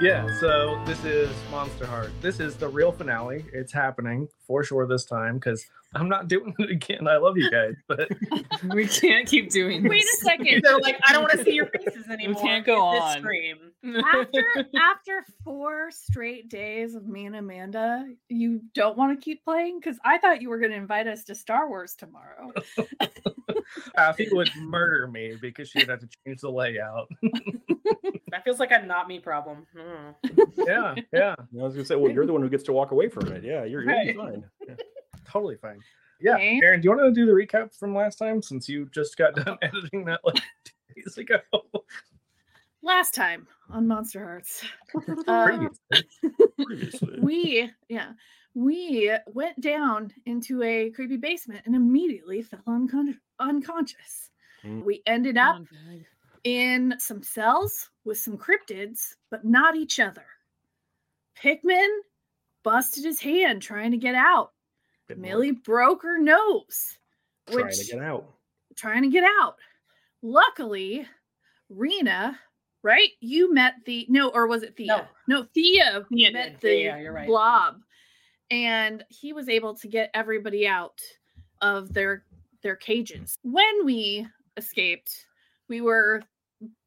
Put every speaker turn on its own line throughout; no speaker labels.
Yeah, so this is Monster Heart. This is the real finale. It's happening for sure this time because I'm not doing it again. I love you guys, but
We can't keep doing this.
Wait a second. They're like, I don't want to see your faces anymore.
can't go
This
on.
Scream.
after after four straight days of me and Amanda, you don't want to keep playing because I thought you were going to invite us to Star Wars tomorrow.
Afi would murder me because she'd have to change the layout.
That feels like a not me problem. Mm.
Yeah, yeah,
I was gonna say, well, you're the one who gets to walk away from it. Yeah, you're, you'll be
Right.
fine.
totally fine. Yeah,
Okay.
Aaron, do you want to do the recap from last time since you just got done editing that like two days ago?
Uh, Last time on Monster Hearts, Uh,
Pretty-
Previously.
we yeah we went down into a creepy basement and immediately fell uncon- unconscious.
Mm.
We ended up
Oh,
in some cells with some cryptids, but not each other. Pikmin busted his hand trying to get out.
Bit more
Millie broke her nose, which
trying to get out.
trying to get out. Luckily, Rena, right? You met the no, or was it Thea? No, Thea
Thea
met
did.
the
Yeah, you're right.
blob, and he was able to get everybody out of their their cages. When we escaped, we were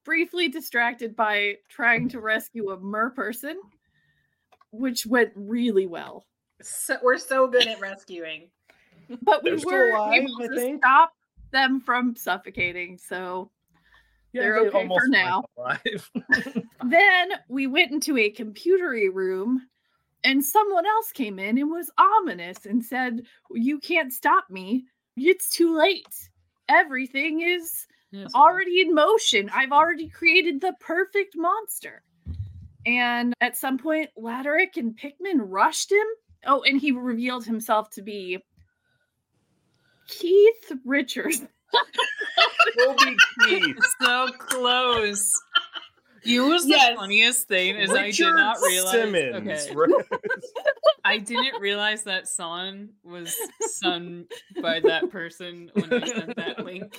briefly distracted by trying to rescue a mer person, which went really well.
So, we're so good at rescuing.
But we
They're still
were
alive,
able
I
to
think.
stop them from suffocating. So
Yeah,
They're
they
okay for
almost went
now.
alive.
then we went into a computery room and someone else came in and was ominous and said you can't stop me it's too late everything is already in motion i've already created the perfect monster and at some point laderick and pikmin rushed him oh and he revealed himself to be keith richards
We'll be Keith.
so close. You was
Yes.
the funniest thing is I did
Richard
not realize.
Simmons.
Okay.
right?
I didn't realize that son was sung by that person when I sent that link.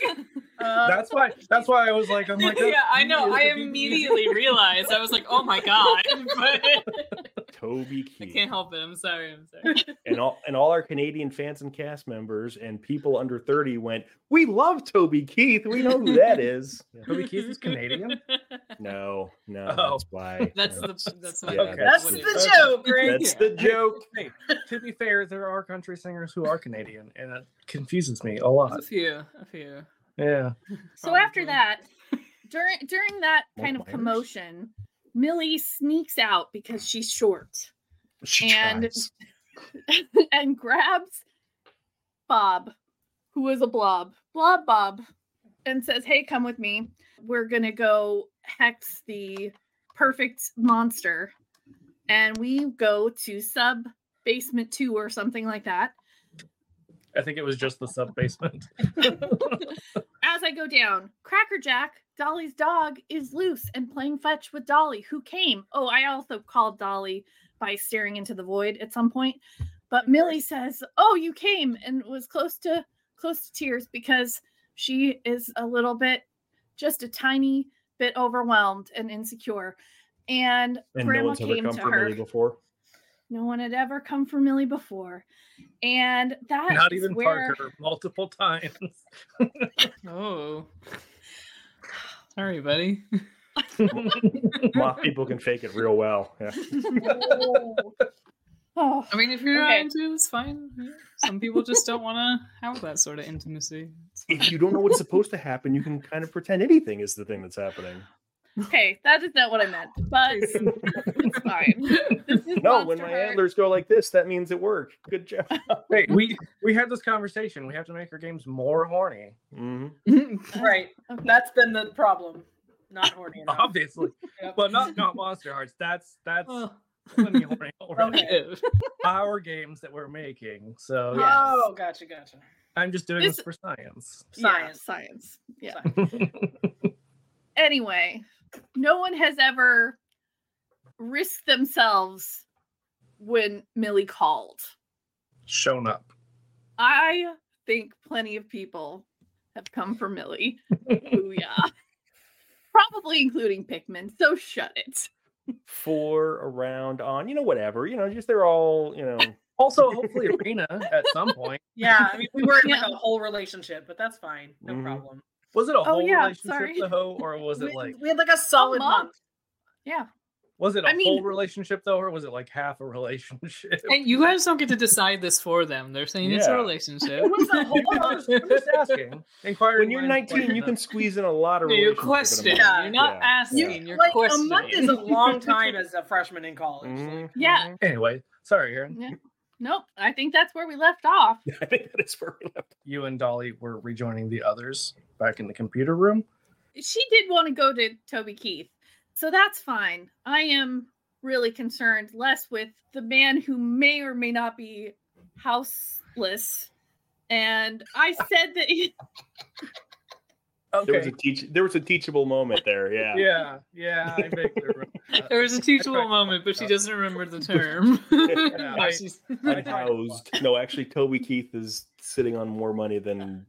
Uh,
that's why. That's why I was like, I'm like,
yeah, I know. I immediately realized. I was like, "Oh my god!" But
Toby
I
Keith.
can't help it. I'm sorry. I'm sorry.
and all and all our Canadian fans and cast members and people under 30 went, We love Toby Keith. We know who that is. Yeah.
Toby Keith is Canadian.
No, no,
Oh.
that's why.
That's
no.
the that's my
Yeah,
okay.
that's
what
the
it
is.
joke, right?
that's the joke.
Hey, to be fair, there are country singers who are Canadian, and it confuses me a lot.
A few, a few.
Yeah,
So
Probably.
after that, during during that
Mike
kind of
Myers?
commotion, Millie sneaks out because she's short
She
And-
tries.
and grabs Bob, who is a blob, blob Bob, and says, "Hey, come with me. We're gonna go hex the perfect monster." And we go to sub basement two or something like that.
I think it was just the sub basement.
As I go down, Crackerjack, Dolly's dog, is loose and playing fetch with Dolly, who came. Oh, I also called Dolly by staring into the void at some point. But Millie says, "Oh, you came," and was close to close to tears because she is a little bit, just a tiny bit overwhelmed and insecure. And,
And no
Grandma
one's ever
came
come
to
for
her.
Millie before.
No one had ever come for Millie before, and that
Not
is
even
where
Parker multiple times.
Oh, sorry, buddy.
Moth people can fake it real well. Yeah.
oh,
I mean, if you're not
Okay.
into it, it's fine. Yeah. Some people just don't want to have that sort of intimacy. It's fine.
If you don't know what's supposed to happen, you can kind of pretend anything is the thing that's happening.
okay, that is not what I meant, but it's fine. This is
No, when
Monster
my
Heart.
antlers go like this, that means it worked. Good job.
Wait, we we had this conversation. We have to make our games more horny.
hmm
Right.
Uh,
Okay.
That's been the problem. Not horny enough.
Obviously,
Yep.
but not not Monster Hearts. That's that's
Oh.
plenty horny already.
Okay.
Our games that we're making. So yeah,
Oh, gotcha, gotcha.
I'm just doing this,
This-
for science.
Science.
Yeah, science. Yeah.
Science.
Anyway, no one has ever risked themselves when Millie called.
Shown up.
I think plenty of people have come for Millie. Booyah. Probably including Pikmin, so shut it.
four around on, you know, whatever, you know, just they're all, you know,
Also, hopefully, Arena at some point.
Yeah, I mean, we were in like
Yeah.
a whole relationship, but that's fine. No
Mhm.
problem.
Was it a whole
yeah,
relationship
sorry.
to hoe, or was it
we,
like
we had like a solid
month.
month.
Yeah.
was it a
I mean-
whole relationship though, or was it like half a relationship?
And you guys don't get to decide this for them. They're saying it's a
Yeah.
relationship.
It was a whole- I'm just- I'm just asking. Inquiring
when you're
minds
19,
question
you
that.
can squeeze in a lot of
Your
relationship in a
question.
month.
You're not
Yeah.
asking.
Yeah.
You're
like
questioning.
a month is a long time as a freshman in college.
Mhm,
Yeah.
mm-hmm.
mhm.
Anyway, sorry, Aaron.
Nope. I think that's where we left off.
I think that is where we left.
You and Dolly were rejoining the others back in the computer room.
She did want to go to Toby Keith. So that's fine. I am really concerned less with the man who may or may not be houseless. And I said that he-
There was a teach. There was a teachable moment there. Yeah.
Yeah, yeah. I vaguely remember that.
There was a teachable moment, but she doesn't remember the term.
Yeah,
Now
I-
she's-
I-
Housed. No, actually, Toby Keith is sitting on more money than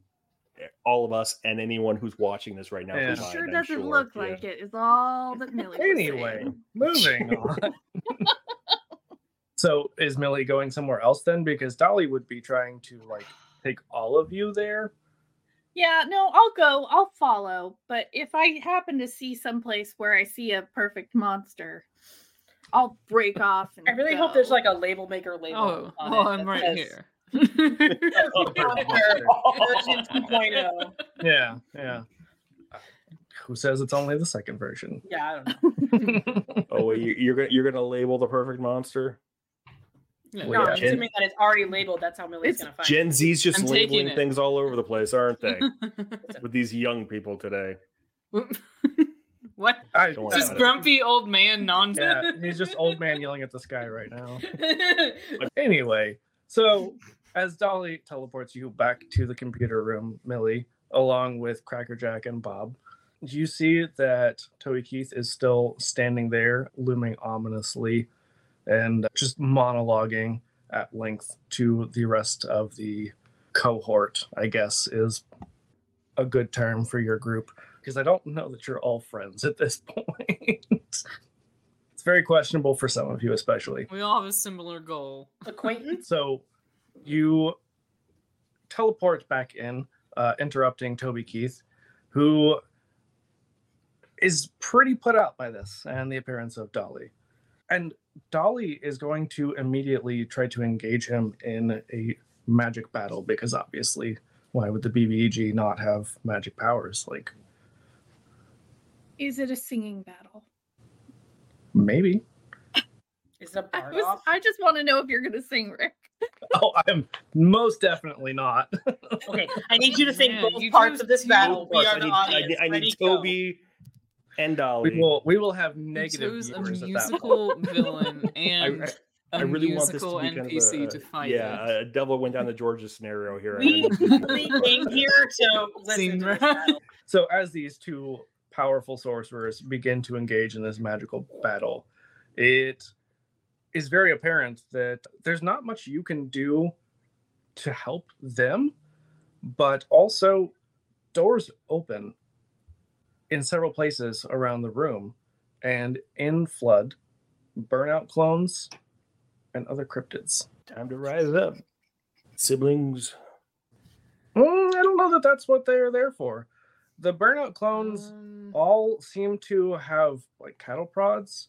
all of us and anyone who's watching this right now.
Yeah.
he
combined,
sure
I'm
doesn't
sure.
look
Yeah.
like it, is all that Millie was
anyway,
saying.
moving on. so is Millie going somewhere else then? Because Dolly would be trying to like take all of you there.
Yeah, no, I'll go. I'll follow. But if I happen to see someplace where I see a perfect monster, I'll break off. And
I really hope there's
go.
like a label maker label.
oh,
on
oh,
it
I'm
that
right
says,
here.
Perfect monster.
Version oh. 2.0.
yeah, yeah. Who says it's only the second version?
Yeah, I don't know.
Oh, wait, you- you're gonna you're gonna label the perfect monster?
Yeah.
Well,
no,
yeah,
I'm
Jen-
assuming that it's already labeled. That's how Millie's
It's
gonna find
Gen Z's just
I'm taking
labeling
it.
things all over the place, aren't they? With these young people today.
what?
I
Don't worry
Just
about it.
grumpy old man non.
yeah, he's just old man yelling at the sky right now. Anyway, so as Dolly teleports you back to the computer room, Millie, along with Crackerjack and Bob, you see that Toby Keith is still standing there, looming ominously and just monologuing at length to the rest of the cohort, I guess is a good term for your group. Because I don't know that you're all friends at this point. it's very questionable for some of you, especially.
We all have a similar goal.
acquaintance.
So you teleport back in, uh, interrupting Toby Keith, who is pretty put out by this and the appearance of Dolly. And Dolly is going to immediately try to engage him in a magic battle because obviously, why would the BBEG not have magic powers? Like,
Is it a singing battle?
maybe.
Is it a
I,
bar
was,
off?
I just want to know if you're going to sing, Rick.
Oh, I'm most definitely not.
Okay, I need you to think
Man, you
both parts
do-
of this
you
battle.
Both
We are
parts. I
the
need, I
audience.
need- I need
Ready, go.
Toby and Dolly.
We will, we will have
You
negative
chose a
viewers at that point.
musical villain and a
I really want this to
musical
be kind
NPC
of a,
to fight.
yeah,
it.
a devil went down the Georgia scenario here. and I
We
need to-
really came here to listen to
Singing.
this battle.
So as these two powerful sorcerers begin to engage in this magical battle, it is very apparent that there's not much you can do to help them, but also doors open in several places around the room and in flood burnout clones and other cryptids.
Time to rise up, siblings.
Mm, I don't know that that's what they are there for. The burnout clones
Um,
all seem to have like cattle prods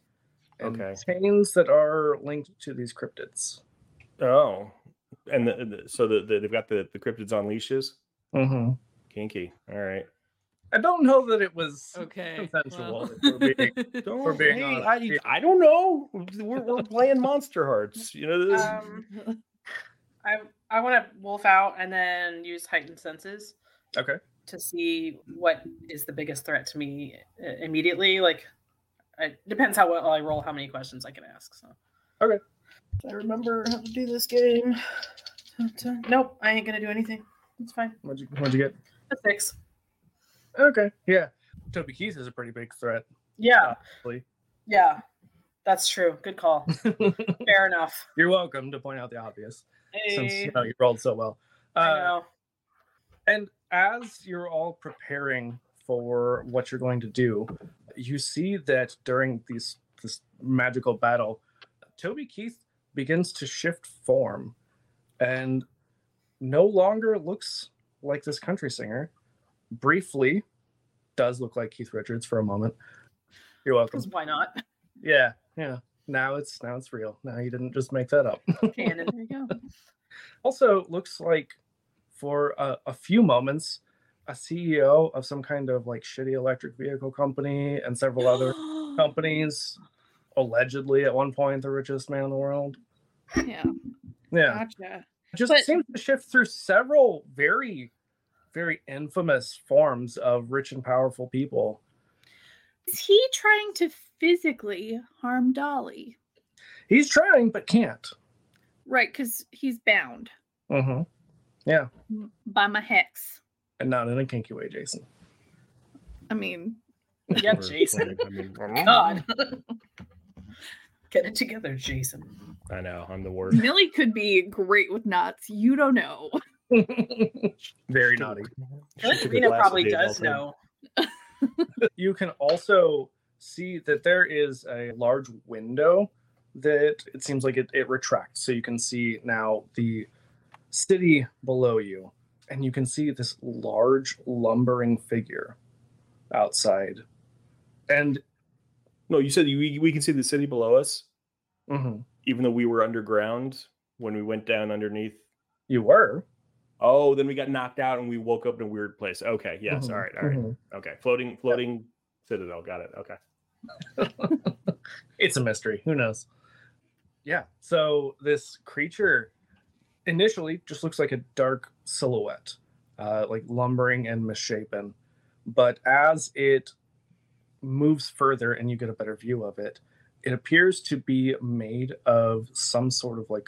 and
Okay.
chains that are linked to these cryptids.
Oh, and the, the, so the, the, they've got the, the cryptids on leashes.
Mm-hmm.
Kinky. All right.
I don't know that it was.
Oh.
okay.
Consensual,
well.
if we're For
Don't,
being
hey, I,
honest.
I don't know. We're, we're playing Monster Hearts. You know, this,
Uh,
Um, I I want to wolf out and then use heightened senses
Okay.
to see what is the biggest threat to me uh, immediately. Like, it depends how well I roll, how many questions I can ask. So.
Okay.
I remember how to do this game. Nope, I ain't gonna do anything. It's fine.
What'd you, what'd you get?
A six.
Okay. Yeah. Toby Keith is a pretty big threat.
Yeah,
Actually.
yeah, that's true. Good call. Fair enough.
You're welcome to point out the obvious since
Hey,
you, know, you rolled so well.
I
Uh,
know.
And as you're all preparing for what you're going to do, you see that during these this magical battle, Toby Keith begins to shift form and no longer looks like this country singer. Briefly, does look like Keith Richards for a moment. You're welcome.
Because why not?
Yeah, yeah. Now it's now it's real. Now you didn't just make that up.
Canon.
There you go.
also looks like for a, a few moments a ceo of some kind of like shitty electric vehicle company and several other companies allegedly at one point the richest man in the world
Yeah.
yeah
Gotcha.
just
Uh, but-
seems to shift through several very very infamous forms of rich and powerful people
Is he trying to physically harm Dolly?
he's trying but can't
Right, because he's bound
hmm
by my hex.
and not in a kinky way jason
I mean,
Yeah,
Or-
Jason.
I, mean,
God. Get it together, Jason.
I know I'm the worst.
Millie could be great with knots. You don't know.
very naughty
I think Rena probably does know.
you can also see that there is a large window that it seems like it, it retracts so you can see now the city below you and you can see this large lumbering figure outside and
No, you said you, we we can see the city below us,
mhm,
even though we were underground when we went down underneath.
you were
Oh, then we got knocked out and we woke up in a weird place. Okay, yes,
Mhm,
all right, all right,
mhm.
okay. Floating, floating citadel. Got it. Okay.
it's a mystery who knows yeah so this creature initially just looks like a dark silhouette uh, like lumbering and misshapen but as it moves further and you get a better view of it it appears to be made of some sort of like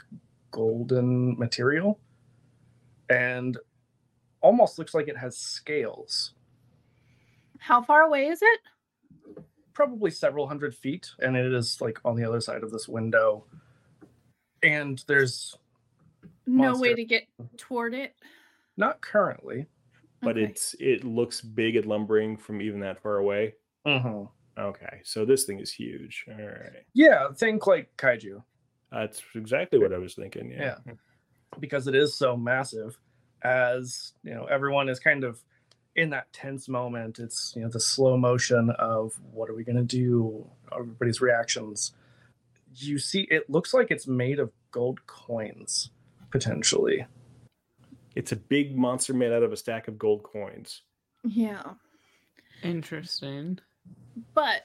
golden material and almost looks like it has scales
How far away is it?
probably several hundred feet, and it is like on the other side of this window. And there's
No way
Monster.
to get toward it.
not currently.
But
Okay.
it's it looks big and lumbering from even that far away.
Mm-hmm.
Mhm.
Okay, so this thing is huge. All right,
Yeah, think like kaiju
that's exactly what I was thinking. Yeah.
because it is so massive. As you know, everyone is kind of in that tense moment. It's you know the slow motion of what are we gonna do? Everybody's reactions. You see, it looks like it's made of gold coins potentially.
It's a big monster made out of a stack of gold coins.
Yeah.
Interesting.
But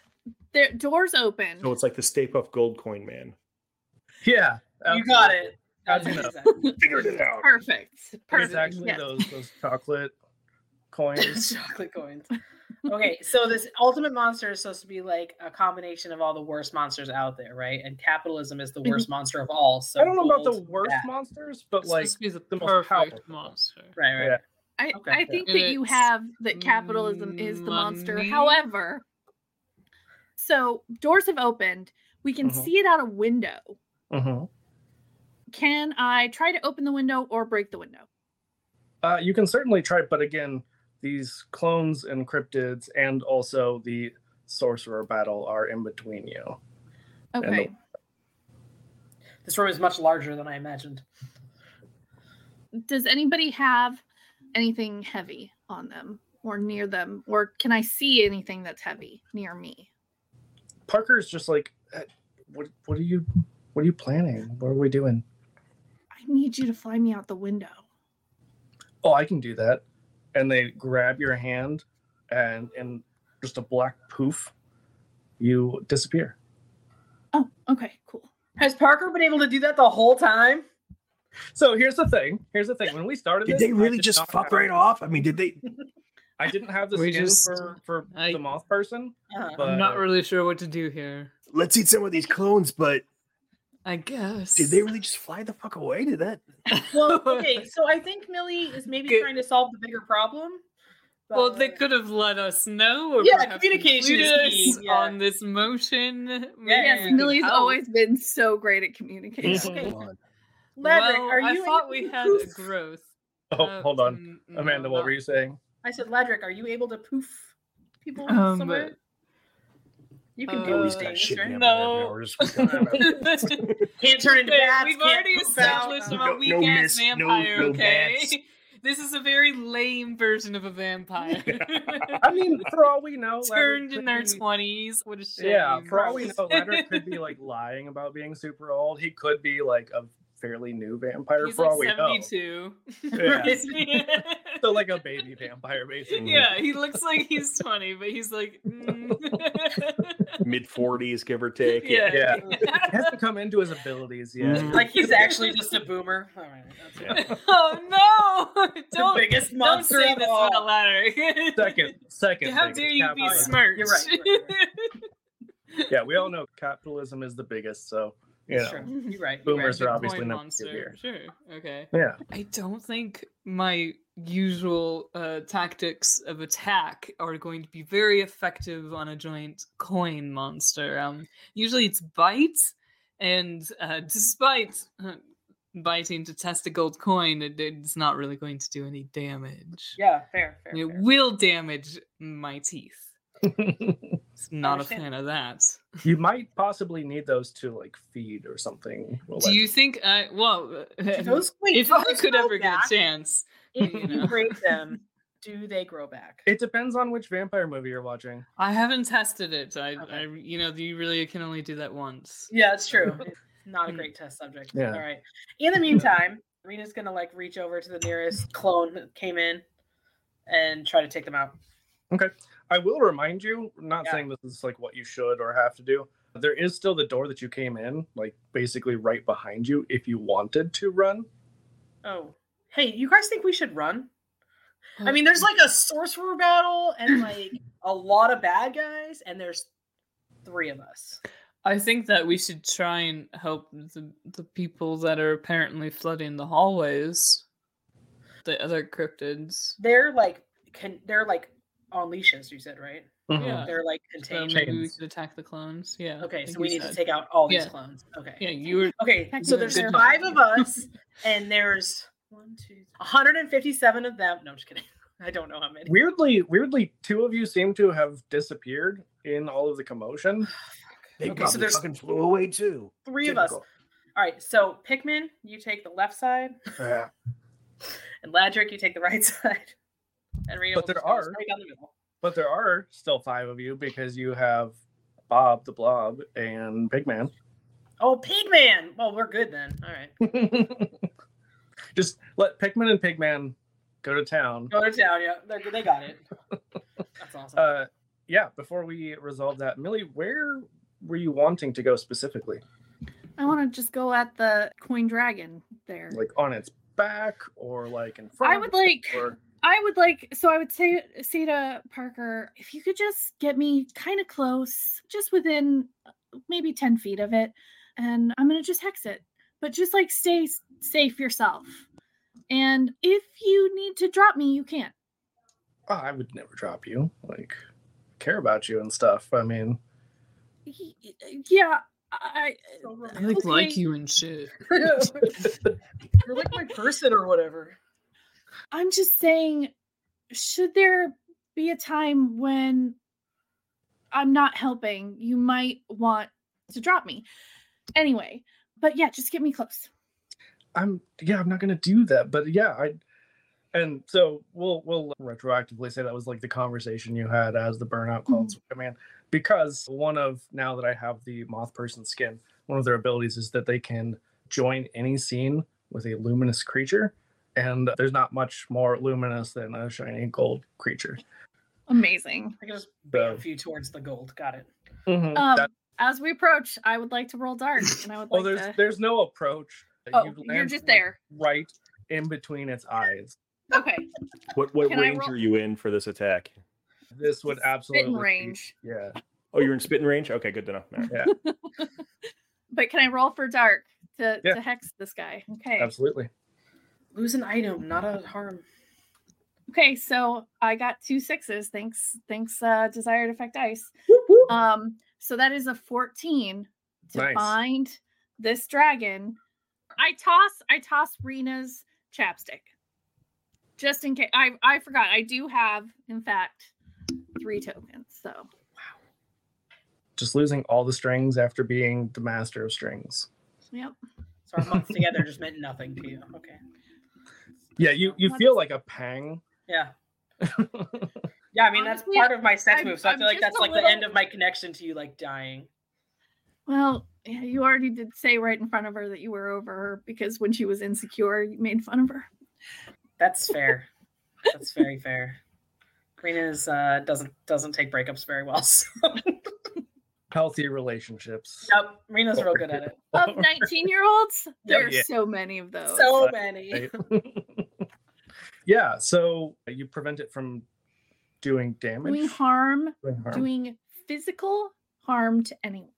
the doors open.
So it's like the Stay Puft Gold Coin Man.
Yeah,
You got
absolutely.
it. That's
How'd you know?
exactly.
Figured it out.
Perfect. Perfect.
It's actually
yes.
those those chocolate coins.
Chocolate coins. Okay, so this ultimate monster is supposed to be like a combination of all the worst monsters out there, right? And capitalism is the worst monster of all. So
I don't know about the
gold,
worst
bad.
monsters, but
It's
like
supposed to be
the
the,
most
perfect
powerful.
monster.
Right, right.
Yeah.
I,
Okay.
I think
And
that you
it's
have that capitalism is the monster.
money.
However, so doors have opened. We can
Mhm.
see it out a window.
Mhm.
Can I try to open the window or break the window?
uh, you can certainly try, it, but again, these clones and cryptids and also the sorcerer battle are in between you. the-
Okay.
This room is much larger than I imagined.
Does anybody have anything heavy on them or near them? Or can I see anything that's heavy near me?
Parker's just like, "Eh, what? What are you? What are you planning? What are we doing?
I need you to fly me out the window.
Oh, I can do that. And they grab your hand, and and just a black poof, you disappear.
Oh, okay, cool.
Has Parker been able to do that the whole time?
So here's the thing. Here's the thing. When we started,
Did
this,
they
I
really
did
just
not
fuck
have-
right off? I mean, did they?
I didn't have the
We
skin
just-
for for
I-
the moth person,
Uh-huh.
but
I'm not really sure what to do here.
Let's eat some of these clones, but
I guess.
did they really just fly the fuck away? Did that?
Well, okay, so I think Millie is maybe
Good.
trying to solve the bigger problem.
Well, they
but-
could have let us know. Or
Yeah,
perhaps
communication is
included
key,
us
yeah.
on this motion. Maybe
Yes,
we
Yeah.
could
Millie's
help.
always been so great at communication.
Mhm.
Come on.
Ledric,
well,
are
I
you
thought
able
we
to
had
poof?
growth.
Oh,
Uh,
hold on.
mm, no,
Amanda, what
not-
were you saying?
I said, Ledric, are you able to poof people
Um,
somewhere? You can
Uh,
do
Oh, he's
these
got
things,
shit
right?
hammered
No.
everywhere. We're just- we're talking about-
Can't turn into
Wait,
bats.
We've
can't
already
poop out.
established
No-
I'm a
no
weak ass
miss, no-
vampire,
no
okay?
bats.
This is a very lame version of a vampire.
I mean, for all we know, Ladder
Turned
could
in their
be-
twenties. What a shame.
Yeah, for all we know, Leonard could be like lying about being super old. He could be like a fairly new vampire
He's
for all
like
we know.
seventy-two.
So like a baby vampire, basically.
yeah, he looks like he's twenty, but he's like. mm.
Mid 40s, give or take.
Yeah. He hasn't come into his abilities yet.
Mm-hmm.
Mhm.
Um, Like he's actually just a boomer. All right, that's
Yeah.
oh no!
the
Don't
biggest
don't
monster
say
of
this
all.
about Ladder.
Second, second.
How
biggest
dare you be
capitalism.
smirched?
You're right, you're right,
Yeah, we all know capitalism is the biggest, so you know.
That's true. You're right. you're
Boomers
right.
are
Bitcoin
obviously not
monster.
here.
Sure. Okay.
Yeah.
I don't think my usual uh, tactics of attack are going to be very effective on a giant coin monster. Um, usually it's bite, and uh, despite uh, biting to test a gold coin, it, it's not really going to do any damage.
Yeah, fair, fair.
It
fair.
will damage my teeth. It's not a
Understand.
fan of that.
you might possibly need those to like feed or something. Well,
Do you think I? Well,
Do those, wait,
if
do
I
those
could
grow
ever get
back?
a chance.
if
you
you,
know.
break them, do they grow back?
it depends on which vampire movie you're watching.
I haven't tested it. I,
Okay.
I you know, you really can only do that once.
Yeah, it's true. It's not a
Mm.
great test subject.
Yeah.
All right. In the meantime, Rena's gonna like reach over to the nearest clone that came in and try to take them out.
I will remind you, I'm not
Yeah.
saying this is like what you should or have to do. There is still the door that you came in, like basically right behind you if you wanted to run.
Oh, hey, you guys think we should run? I
Uh,
mean, there's like a sorcerer battle and like a lot of bad guys, and there's three of us.
I think that we should try and help the, the people that are apparently flooding the hallways. The other cryptids.
They're like can they're like on leashes. You said right?
Yeah.
They're like
Uh, So
contained.
maybe we
Chains.
could attack the clones. Yeah.
Okay,
like
so
you
we need to
said.
take out all these
Yeah.
clones. Okay.
Yeah, you were.
Okay,
Technically,
so there's
good
five of us, and there's one, two, three, 157 of them. No, I'm just kidding. I don't know how many.
Weirdly, weirdly, two of you seem to have disappeared in all of the commotion.
They
Okay, so
probably
there's-
fucking flew away too.
Three of us.
Typical.
All right, so Pikmin, you take the left side,
Yeah.
and Ladrick, you take the right side. And Rena
But
will
there
just go
are-
straight down the middle.
But there are still five of you because you have Bob the Blob and Big Man.
Oh, Pigman! Well, we're good then. All right,
Just let Pikmin and Pigman go to town.
go to town. Yeah, they're- they got it. That's awesome.
Uh, yeah, before we resolve that, Millie, where were you wanting to go specifically?
I want to just go at the coin dragon there.
Mm-hmm. Like on its back or like in front?
I would like
Or...
I would like so I would say say to Parker, if you could just get me kind of close, just within uh, maybe 10 feet of it, and I'm gonna just hex it. But just like stay s- safe yourself. And if you need to drop me, you can.
Oh, I would never drop you. Like, care about you and stuff. I mean,
Y- y- uh, Yeah, I uh,
So
I like, like
Okay.
you and shit.
You're like my person or whatever.
I'm just saying, should there be a time when I'm not helping, you might want to drop me. Anyway, but yeah, just get me close.
I'm yeah, I'm not gonna do that. But yeah, I and so we'll we'll retroactively say that was like the conversation you had as the burnout
Mm-hmm.
clouds command because one of now that I have the moth person skin, one of their abilities is that they can join any scene with a luminous creature, and there's not much more luminous than a shiny gold creature.
Amazing.
I can just
So
bamf you towards the gold. Got it.
mhm,
Um,
that-
as we approach, I would like to roll dart, and I would
oh,
like
there's
to.
there's no approach.
Oh,
You
you're
land,
just
like,
there.
right in between its eyes.
Okay,
What what
Can I
range
roll-
are you in for this attack?
This would
Spit in
absolutely be-
range.
Yeah,
Oh, you're in spitting range. Okay, good to know. All right.
yeah,
but can I roll for dark to,
Yeah.
to hex this guy? Okay.
absolutely.
Lose an item, not a harm.
Okay, so I got two sixes. Thanks, thanks, uh, desired effect dice. Um, so that is a 14 to
Nice.
find this dragon. I toss, I toss Rena's chapstick. Just in case I I forgot. I do have, in fact, three tokens. So
just losing all the strings after being the master of strings.
Yep.
So our months together just meant nothing to you. Okay.
Yeah, you you
What
feel
is-
like a pang.
Yeah. Yeah, I mean that's
Honestly,
part of my sex
I'm-
move, so i
I'm
feel like
just
that's
a
like the
little-
end of my connection to you, like dying.
Well, yeah, you already did say right in front of her that you were over her because when she was insecure, you made fun of her.
That's fair. that's very fair. Karina is uh, doesn't doesn't take breakups very well. So.
Healthy relationships.
Nope, Rena's real good at it.
Of 19 year olds, there are
Oh, yeah.
so many of those.
So
that's
many.
yeah, so you prevent it from doing damage.
doing harm,
doing harm.
doing physical harm to anyone.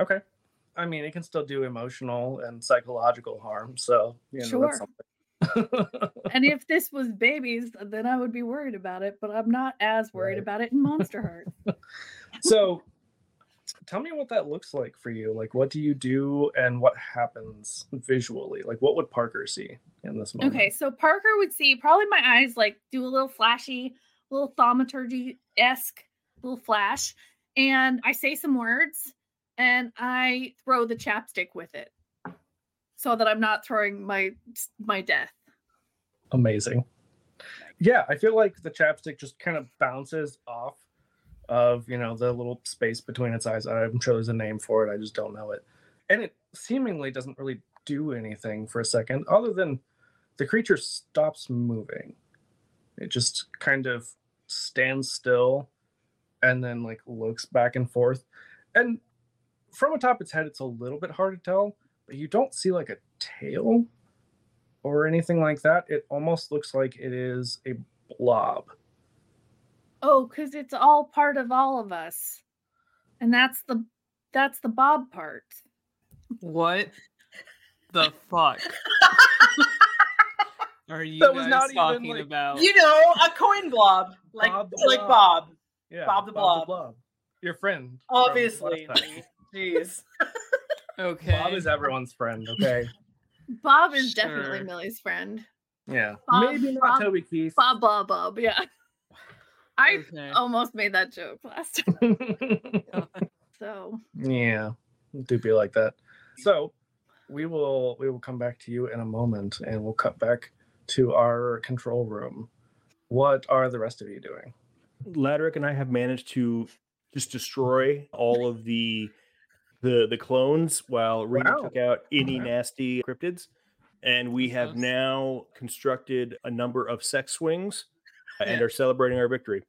okay. I mean, it can still do emotional and psychological harm. So, you know, that's
Sure.
something.
And if this was babies, then I would be worried about it, but I'm not as worried
Right.
about it in Monster Heart.
so, tell me what that looks like for you. Like, what do you do and what happens visually? Like, what would Parker see in this moment?
Okay, so Parker would see probably my eyes like do a little flashy, little thaumaturgy esque little flash, and I say some words and I throw the chapstick with it so that I'm not throwing my my death.
amazing. Yeah, I feel like the chapstick just kind of bounces off of, you know, the little space between its eyes. I'm sure there's a name for it. I just don't know it. And it seemingly doesn't really do anything for a second, other than the creature stops moving. It just kind of stands still and then like looks back and forth. And from atop its head, it's a little bit hard to tell, but you don't see like a tail or anything like that. It almost looks like it is a blob.
Oh, because it's all part of all of us, and that's the that's the Bob part.
What the fuck are you
That
guys
was not even,
talking
like-
about?
You know, a coin blob, like
Bob the
like
uh,
Blob.
Bob,
Yeah,
Bob the Blob.
Your friend. from last
obviously.
time.
Jeez.
Okay.
Bob is everyone's friend. Okay.
Bob is definitely
Sure.
Millie's friend.
Yeah.
Bob-
Maybe not
Bob-
Toby Keith.
Bob, Bob, Bob. Yeah, I
Okay.
almost made that joke last time. So
yeah, it do be like that. So we will we will come back to you in a moment, and we'll cut back to our control room. What are the rest of you doing?
Ladrick and I have managed to just destroy all of the the the clones while Rita
Wow.
took out any
Okay.
nasty cryptids. And we
That's
have
nice.
now constructed a number of sex swings uh, and
Yeah.
are celebrating our victory.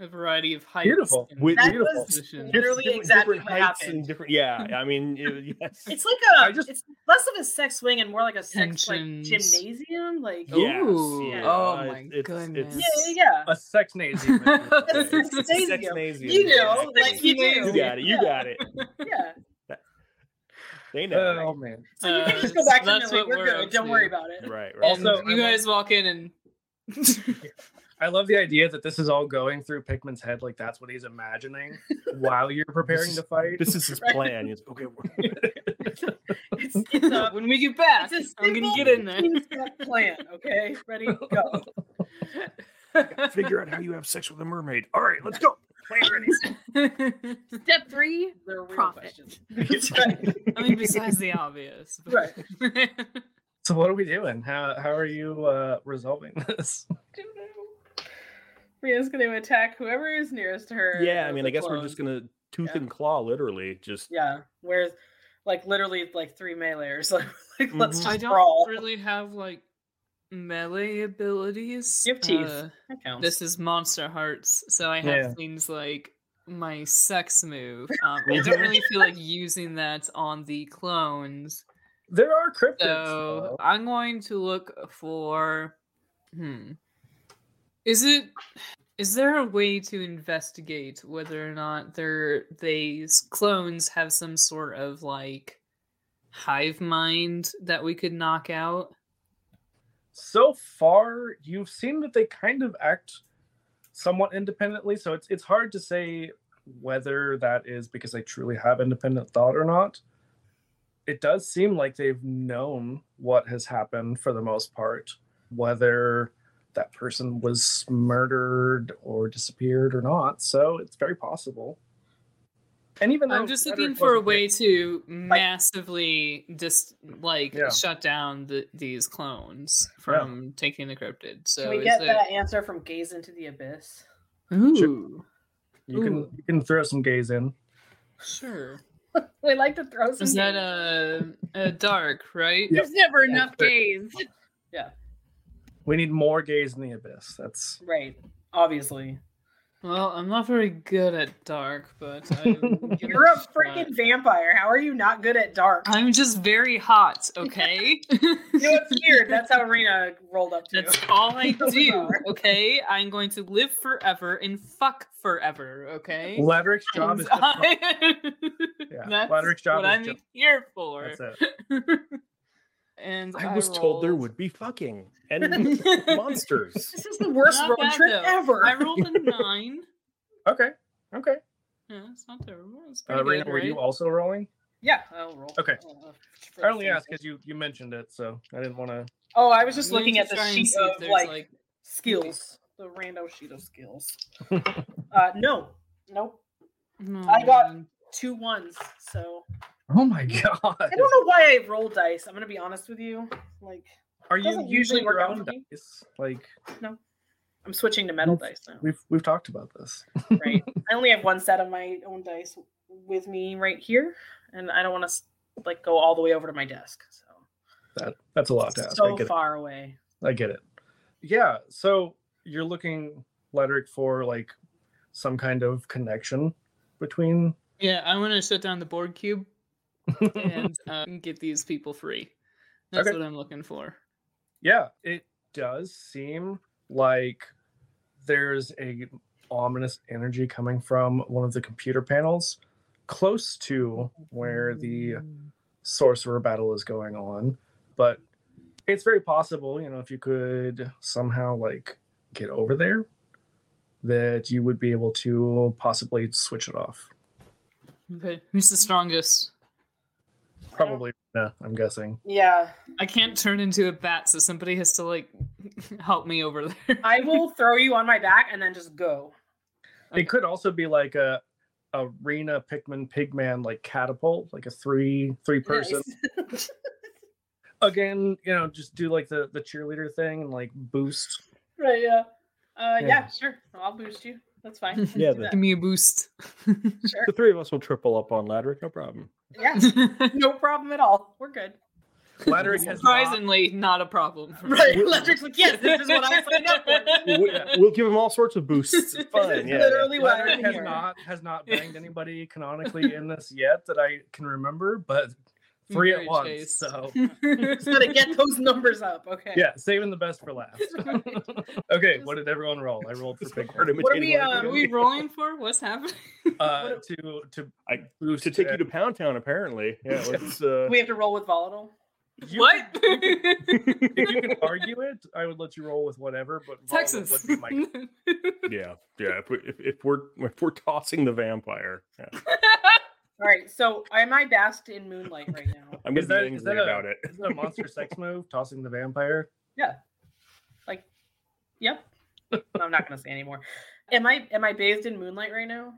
A variety
um,
of heights.
Beautiful.
and
With-
That
Beautiful.
was
Position.
literally
Different-
exactly
different
what
heights
happened.
And different, yeah, I mean, it- yes.
It's like
I
a
just-
it's less of a sex swing and more like a sex like
Tensions.
gymnasium. Like
Yes,
Ooh,
yeah,
oh
uh,
it's-
my
it's-
goodness.
yeah,
it's-
yeah, yeah.
A sex nasty.
It's
It's
a
gymnasium.
sexnasium.
You know, like you
You
You
do.
got it. You
Yeah.
got it.
Yeah.
They know.
oh man.
So you can
Uh,
just go back to
that's
Millie.
what
We're
we're
good.
up
Don't
to.
worry about it.
Right. right.
Also,
And you
I love-
guys walk in and
I love the idea that this is all going through Pikmin's head, like that's what he's imagining while you're preparing to fight.
This is his plan. It's, okay. we're-
It's, it's a
when we get back,
it's a
I'm gonna
simple
get in there.
two-step plan. Okay, ready? Go.
Figure out how you have sex with a mermaid. All right, let's go. Plan ready.
step three,
They're real
Profit.
questions.
I mean, besides the obvious.
Right.
so what are we doing? How how are you uh resolving this?
Rhea's going to attack whoever is nearest to her.
Yeah, I
with
mean, I
the
guess we're just
clone.
gonna tooth
Yeah.
and claw, literally. Just
Yeah, where's like literally like three melee So like let's
Mhm.
just
I don't
brawl.
really have like melee abilities. uh,
You have teeth. That counts.
this is Monster Hearts, so I have
Yeah.
things like my sex move. Um, I don't really feel like using that on the clones,
There are cryptids.
so
though.
I'm going to look for. Hmm. Is it? Is there a way to investigate whether or not their these clones have some sort of like hive mind that we could knock out?
so far you've seen that they kind of act somewhat independently, so it's it's hard to say whether that is because they truly have independent thought or not. It does seem like they've known what has happened for the most part, whether that person was murdered or disappeared or not. So it's very possible. And even
I'm
though
just
Frederick
looking for a
wasn't
way to massively just like
Yeah.
shut down the, these clones from taking the cryptid. So
Can we
is
get
it-
that answer from Gaze into the Abyss?
Ooh,
there, you can
Ooh.
you can throw some gays in.
sure.
We like to throw some.
Is that
gaze.
a, a dark right?
Yeah.
There's never
Yeah,
enough
sure.
days.
We need more gays in the abyss. That's
right? Obviously,
Well, I'm not very good at dark, but I will give it
you're a
shot.
freaking vampire. How are you not good at dark?
I'm just very hot. Okay.
You know, it's weird. That's how Rena rolled up to.
That's all I
So
do,
bizarre.
okay? I'm going to live forever and fuck forever, okay?
Ledrick's job is. to- Yeah,
That's
Roderick's job
what
is
I'm
just-
here for.
That's it.
and
I was told there
rolled-
would be fucking and monsters.
This is the worst
Not
road
bad,
trip
though.
ever.
I rolled a nine.
Okay. Okay.
Yeah, it's not terrible. It's pretty
Uh, Rena,
good,
were you
right?
also rolling?
yeah,
Oh,
I'll roll.
Okay.
uh,
I'll-
I only asked because you you mentioned it, so I didn't want to.
Oh, I was just
We need
looking
to
at the
try and
sheet
see if
of
there's,
like, skills, the rando sheet of skills. uh, no, nope,
No,
I got-
oh, man.
two ones. So
Oh my god!
I don't know why I roll dice. I'm gonna be honest with you. Like,
Are you
doesn't usually
usually your
work out
own
for me.
dice? Like
I'm switching to metal dice now.
we've we've talked about this.
Right. I only have one set of my own dice with me right here, and I don't want to like go all the way over to my desk. So
That that's a lot to ask. I
so
get
far away.
it. I get it. Yeah. So you're looking, Ledric, for like some kind of connection between.
Yeah, I want to shut down the board cube and uh, get these people free. That's
Okay.
what I'm looking for.
yeah, it does seem like there's a ominous energy coming from one of the computer panels close to where the sorcerer battle is going on but it's very possible you know if you could somehow like get over there that you would be able to possibly switch it off
Okay, who's the strongest?
probably yeah, i'm guessing
Yeah,
I can't turn into a bat, so somebody has to like help me over there.
I will throw you on my back and then just go.
Okay.
it could also be like a arena pikmin pigman like catapult like a three three person
Nice.
again you know just do like the the cheerleader thing and like boost
right. Yeah. Uh, yeah.
Yeah.
Sure. I'll boost you. That's fine. Let's
Yeah,
do
the-
Give me a boost.
that. Sure.
The three of us will triple up on Ladrick, no problem.
Yeah. No problem at all. We're good.
Ladrick has not-
Surprisingly, not a problem. for
Right.
me.
Electric's like, yes, this is what I signed up for.
We, will give him all sorts of boosts. It's
This
fun.
is
Yeah, yeah.
literally what
Leonard
I'm
has
here.
not has not banged anybody canonically in this yet that I can remember, but three at
Very
once.
chaste.
So
Just gotta get those numbers up. Okay.
yeah, saving the best for last. okay, what did everyone roll? I rolled for
It's
big
hard to
What are
imitate
we, uh,
Ladrick.
What are we rolling for? What's happening?
uh,
what
to to
I-
boost
to take
uh,
you to Pound Town, apparently. Yeah, let's, uh,
We have to roll with volatile.
you
what?
can- if you can argue it, I would let you roll with whatever. But Volvo
Texas.
would be my-
yeah, yeah. If, we, if, if we're if we're tossing the vampire, yeah.
All right. So am I basked in moonlight right now?
I'm gonna
Is that-
be
is that
angry
a-
about it.
Isn't that a monster sex move? Tossing the vampire.
Yep. I'm not gonna say anymore. Am I am I bathed in moonlight right now?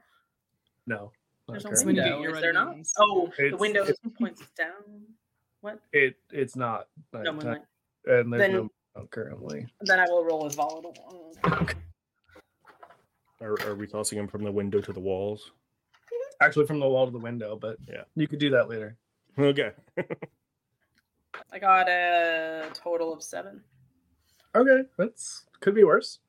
No, not
There's a
currently.
when you get
window.
your
Is
red
there not?
ones.
Oh, the
It's-
window
it's-
points down. What?
it it's not.
No
nighttime,
moonlight.
and there's
Then-
no moonlight currently.
Then I will roll with volatile. Oh,
Are, are we tossing him from the window to the walls?
Actually, from the wall to the window, but
Yeah.
you could do that later.
Okay.
I got a total of seven.
Okay, that's could be worse.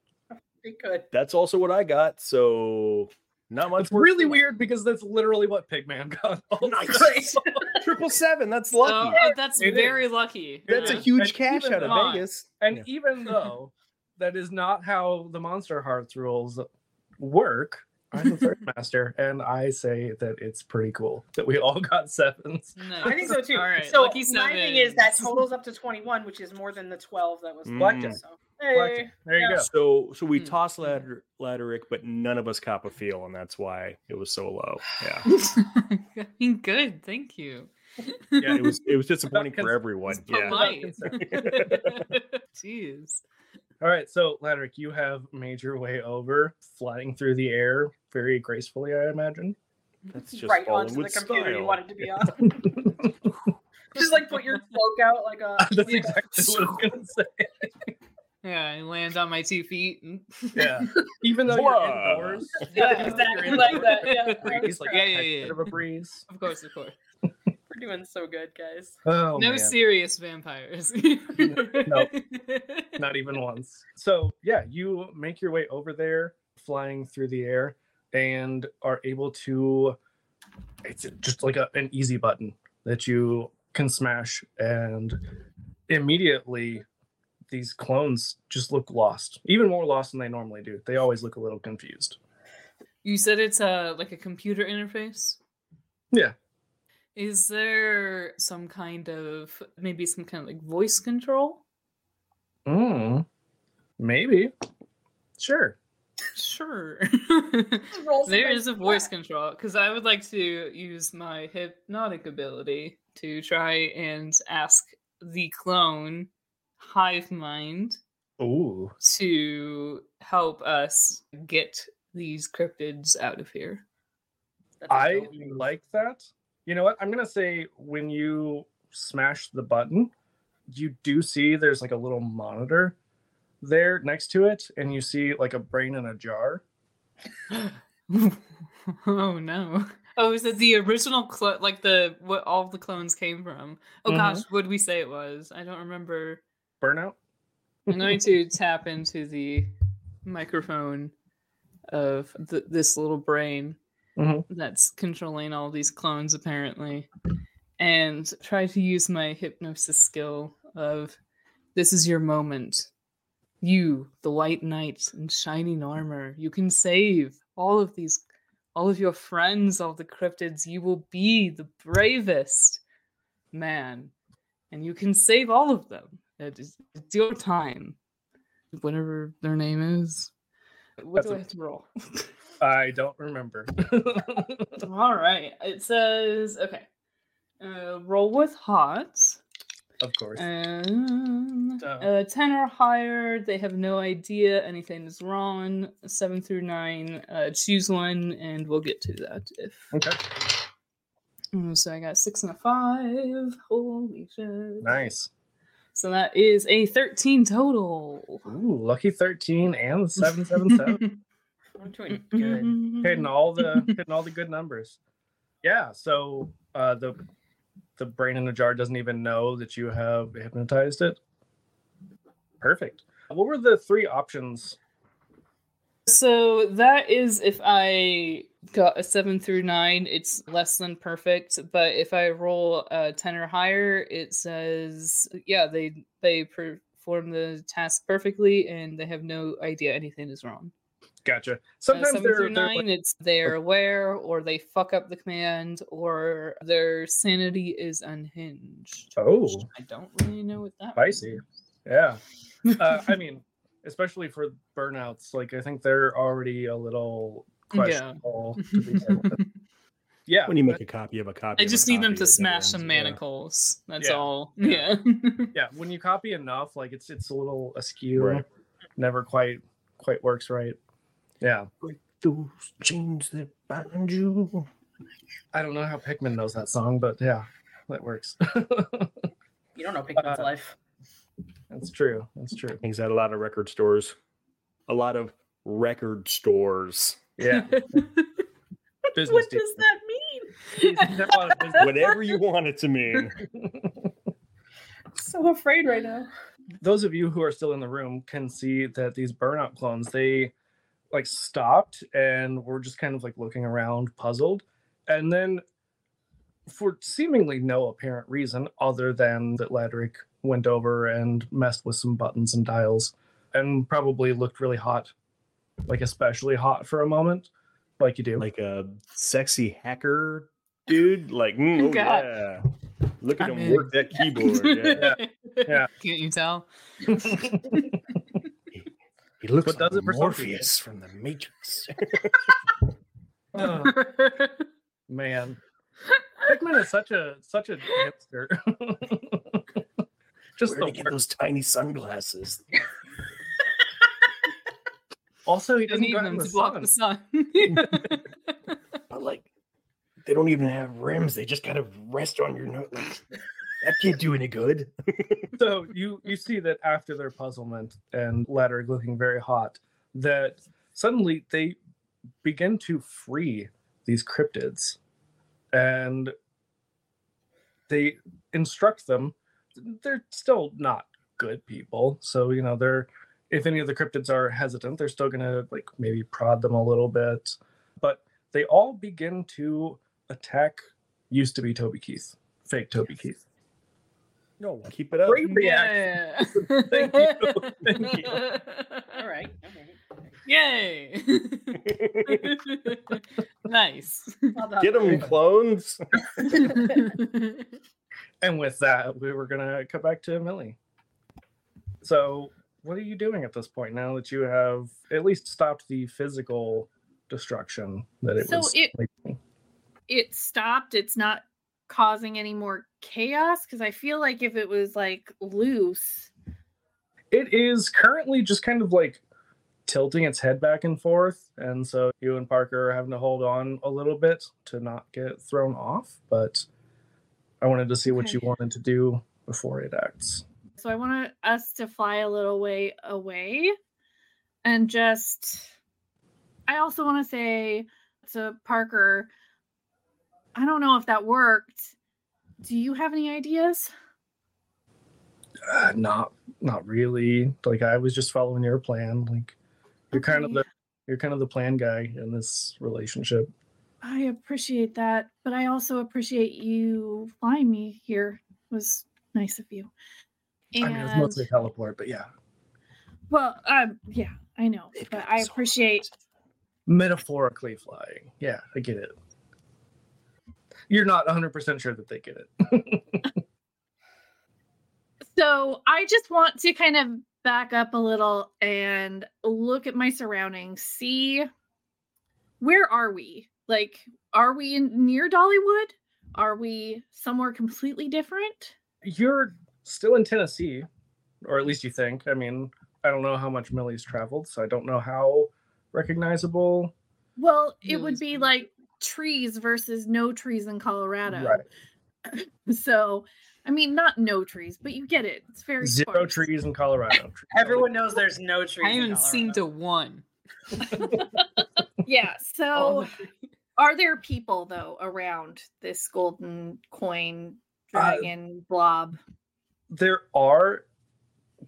Pretty good.
That's also what I got. So not much.
It's really weird because that's literally what Pigman got. also.
Nice. Triple seven. That's lucky.
Oh, oh, that's
It
very lucky.
that's a
yeah.
huge
And
cash
even
out of
not-
Vegas.
And
Yeah.
even though that is not how the Monster Hearts rules work, I'm the third master, and I say that it's pretty cool that we all got sevens.
No.
I think so too.
All right,
so
lucky
my thing is that
sevens.
totals up to twenty-one, which is more than the twelve that was.
Mm.
left, So. Hey.
Blackjack. There you
Yeah.
go.
So so we
Hmm.
toss Ladder, Ladderick, but none of us cop a feel, and that's why it was so low. Yeah.
I mean, good. Thank you.
Yeah, it was it was disappointing for
Because-
everyone.
It's
Yeah.
polite. Jeez.
All right, so Ladrick, you have made your way over, flying through the air very gracefully, I imagine.
That's just
right
falling
onto the
with
computer
style.
you wanted to be on. Just like put your cloak out like a.
That's exactly what I was gonna say.
Yeah, I land on my two feet. And...
Yeah. Even though
Blah.
you're indoors,
Yeah, exactly like that. Yeah,
Right,
it's like
Yeah,
a
yeah,
bit
yeah.
of a breeze.
Of course, of course.
we're doing so good, guys.
Oh
no
man.
serious vampires.
No. not even once. So yeah, you make your way over there, flying through the air, and are able to. It's just like a, an easy button that you can smash, and immediately these clones just look lost, even more lost than they normally do. They always look a little confused.
You said it's uh like a computer interface?
Yeah.
Is there some kind of maybe some kind of like voice control?
Mm, maybe, sure.
Sure.
Roll
there
some-
is a voice control because I would like to use my hypnotic ability to try and ask the clone Hive Mind
Ooh,
to help us get these cryptids out of here.
That's a
I
dope move.
like that. You know what? I'm gonna say when you smash the button, you do see there's like a little monitor there next to it, and you see like a brain in a jar.
oh no. Oh, is it the original clo- like the what all the clones came from? Oh
Mhm.
gosh, what'd we say it was? I don't remember.
Burnout.
I'm going to tap into the microphone of th- this little brain
Mhm.
that's controlling all these clones, apparently, and try to use my hypnosis skill of this is your moment. You, the white knight in shining armor, you can save all of these, all of your friends, all the cryptids. You will be the bravest man, and you can save all of them. It is, it's your time. Whatever their name is. What
That's
do I
a-
have to roll?
I don't remember.
All right. It says, okay. Uh, roll with hot.
of course.
Um,
So-
uh, 10 or higher. They have no idea anything is wrong. 7 through 9. Uh, choose one, and we'll get to that if.
Okay.
Mm, So I got 6 and a 5. Holy shit.
Nice.
So that is a 13 total.
Ooh, lucky thirteen and seven seven seven.
I'm doing good.
Mm-hmm.
hitting all the hitting all the good numbers. Yeah. So uh, the the brain in the jar doesn't even know that you have hypnotized it. Perfect. What were the three options?
So that is if I got a seven through nine, it's less than perfect. But if I roll a ten or higher, it says yeah, they they perform the task perfectly and they have no idea anything is wrong.
Gotcha.
Uh,
Sometimes
seven
they're,
through
they're
nine,
like,
it's they're aware or they fuck up the command or their sanity is unhinged.
oh,
which I don't really know what that.
Spicy. yeah. Uh, I mean, especially for burnouts, like I think they're already a little questionable. to begin with.
means.
Yeah.
When you make a copy of a copy,
I
of a
just need them
copy,
to
it never
smash
ends,
some
yeah.
manacles. That's
Yeah.
all. Yeah.
Yeah. yeah. When you copy enough, like it's it's a little askew.
Right.
Never quite quite works right. Yeah.
Break those chains that bind you.
I don't know how Pikmin knows that song, but yeah, that works.
You don't know Pikmin's
Uh,
life.
That's true. That's true.
Hangs at a lot of record stores. A lot of record stores.
Yeah, business
What
deal.
does that mean?
He's got a lot of business-
Whatever you want it to mean.
so afraid right now.
Those of you who are still in the room can see that these burnout clones they like stopped and were just kind of like looking around, puzzled, and then for seemingly no apparent reason other than that Ladrick went over and messed with some buttons and dials and probably looked really hot, like especially hot for a moment, like you do.
Like a sexy hacker dude. Like, mm, oh,
God.
yeah. Look at
I'm
him work that keyboard. Yeah.
Yeah.
Can't you tell?
He looks
But
like
does it for some
Morpheus from the Matrix.
Ugh. Man, Pikmin is such a such a hipster. Just
Where
the
did he get
worst.
those tiny sunglasses?
also he
You
doesn't
need
go out in
them
the
to block
sun.
the sun.
But like, they don't even have rims. They just kind of rest on your nose. Like, that can't do any good.
so you you see that after their puzzlement and ladder looking very hot that suddenly they begin to free these cryptids and they instruct them they're still not good people so you know they're if any of the cryptids are hesitant they're still going to like maybe prod them a little bit but they all begin to attack used to be toby keith fake toby keith
No, keep it up.
Great reaction.
Yeah.
Thank you. Thank
All right. All right.
Yay. nice.
Well done.
Get them clones.
And with that, we were gonna cut back to Millie. So, what are you doing at this point now that you have at least stopped the physical destruction that it
So
was?
it- it stopped. It's not causing any more chaos because I feel like if it was like loose,
it is currently just kind of like tilting its head back and forth, and so you and Parker are having to hold on a little bit to not get thrown off. But I wanted to see what you
Okay.
wanted to do before it acts.
so I want us to fly a little way away and just. I also want to say to Parker, I don't know if that worked. Do you have any ideas?
uh, not not really like i was just following your plan like you're kind of
Okay.
the you're kind of the plan guy in this relationship
I appreciate that, but I also appreciate you flying me here. It was nice of you. And
i mean it's mostly teleport but yeah
well, um, yeah, I know,
They've
but
got
I
so much.
appreciate.
metaphorically flying yeah i get it you're not 100% sure that they get it
So I just want to kind of back up a little and look at my surroundings, see where are we? Like, are we in near Dollywood? Are we somewhere completely different?
you're still in tennessee or at least you think i mean i don't know how much millie's traveled so i don't know how recognizable
Well, it
Really
would be
Mm-hmm.
different.
like trees versus no trees in Colorado.
Right.
So, I mean, not no trees, but you get it. It's very
zero
sparse.
trees in colorado
Everyone knows there's no trees.
I
in
haven't seen
Colorado.
to one.
Yeah.
All
So,
the-
are there people though around this golden coin
Uh,
dragon blob?
there are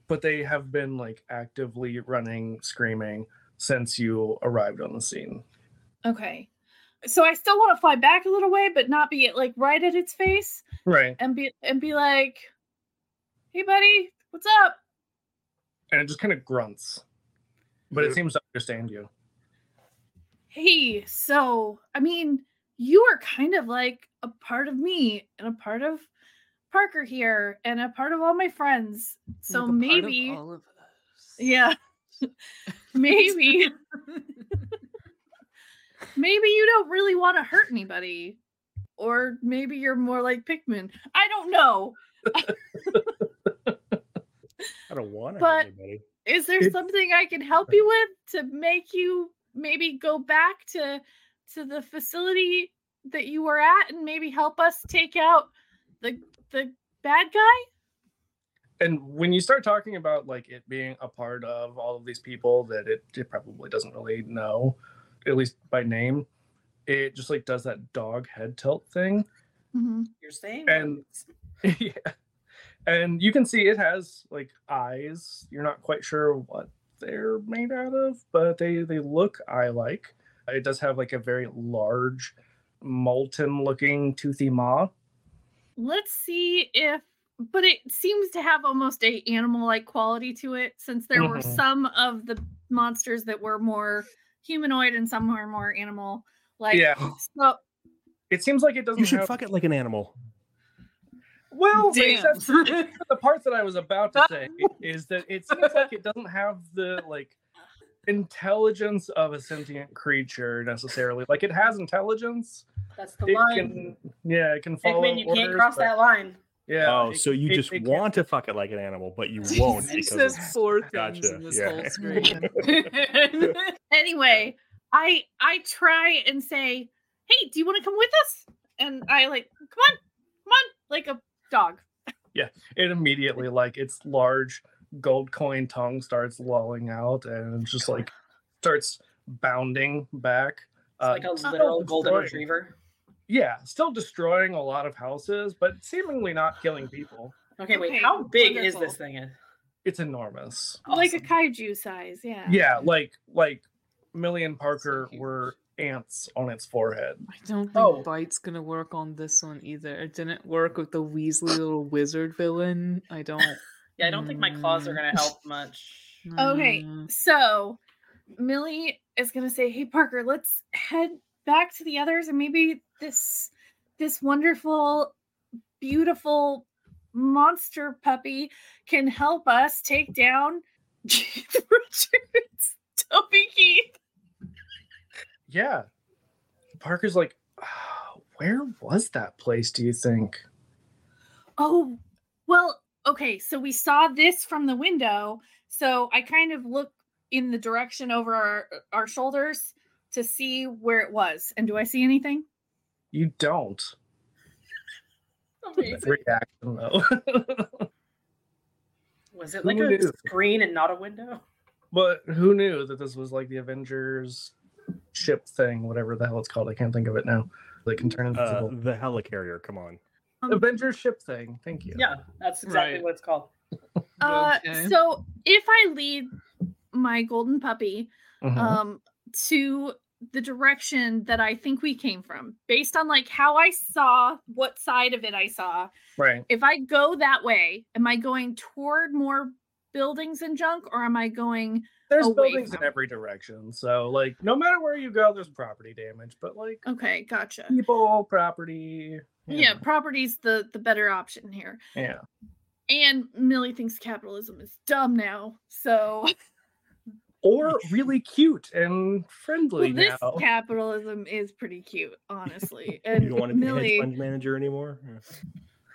but they have been like actively running screaming since you arrived on the scene
Okay. So I still want to fly back a little way, but not be like right at its face
right
and be and be like, "Hey, buddy, what's up?"
and it just kind of grunts but
Yeah.
it seems to understand you
Hey, so I mean, you are kind of like a part of me and a part of Parker here and a part of all my friends. So
Like a part of
maybe,
all of us.
yeah, maybe, maybe you don't really want to hurt anybody, or maybe you're more like Pikmin. I don't know.
I don't want to
But-
hurt anybody.
Is there
It-
something I can help you with to make you maybe go back to to the facility that you were at and maybe help us take out the the bad guy?
and when you start talking about like it being a part of all of these people that it, it probably doesn't really know at least by name it just like does that dog head tilt thing
Mm-hmm.
You're saying
And- yeah. And you can see it has like eyes. You're not quite sure what they're made out of, but they they look eye like. It does have like a very large molten looking toothy maw.
Let's see if but it seems to have almost a animal like quality to it since there were
Mhm.
some of the monsters that were more humanoid and some were more animal like.
Yeah.
So
It seems like it doesn't
You should
have
fuck it like an animal.
well
Damn.
except for the part that I was about to say is that it seems like it doesn't have the like intelligence of a sentient creature necessarily. Like it has intelligence.
that's the
it
line.
can yeah, it can follow.
Pikmin, you can't
orders,
cross
but-
that line.
Yeah.
oh,
it-
so you
it-
just
it can't-
want to fuck it like an animal, but you won't
He
because
says
of-
four things
Gotcha,
in this
yeah.
whole screen.
anyway i i try and say hey, do you want to come with us? And I like, come on, come on, like a dog.
It immediately like its large gold coin tongue starts lolling out and it just like starts bounding back. Uh,
like a literal
oh,
golden
sorry.
retriever.
yeah, still destroying a lot of houses, but seemingly not killing people.
Okay, wait.
Okay,
How big is
wonderful.
this thing?
It's enormous.
Like a
Awesome.
kaiju size, yeah.
Yeah, like like Millie and Parker
huge.
were ants on its forehead.
I don't think
Oh.
Bite's gonna work on this one either. It didn't work with the Weasley little wizard villain. I don't.
Yeah, I don't think my claws are gonna help much.
Okay,
Mm.
so Millie is gonna say, "Hey Parker, let's head back to the others, and maybe this this wonderful, beautiful monster puppy can help us take down Richards Toby Keith."
Yeah. Parker's like, "Ah, where was that place, do you think?
Oh, well, okay. So we saw this from the window, so I kind of look in the direction over our, our shoulders to see where it was. And do I see anything?
You don't.
Amazing.
Reaction though.
Was it
Who
like
knew?
a screen and not a window?
but who knew that this was like the Avengers ship thing, whatever the hell it's called. I can't think of it now. They can turn
Uh,
invisible.
the helicarrier. Come on.
Avengers ship thing. Thank you.
Yeah, that's exactly
Right.
what it's called.
Uh,
Okay.
so if I lead my golden puppy
Mhm.
um to the direction that I think we came from, based on like how I saw what side of it I saw,
right.
if I go that way, am I going toward more buildings and junk, or am I going?
There's
away
buildings in
from-
every direction. So like no matter where you go, there's property damage. But like
Okay, gotcha.
people, property. you
Uh, Yeah,
know,
property's the the better option here.
Yeah.
And Millie thinks capitalism is dumb now, so
Or really cute and friendly
well, this
now.
capitalism is pretty cute, honestly.
You
And
don't want to be a hedge
Millie,
fund manager anymore.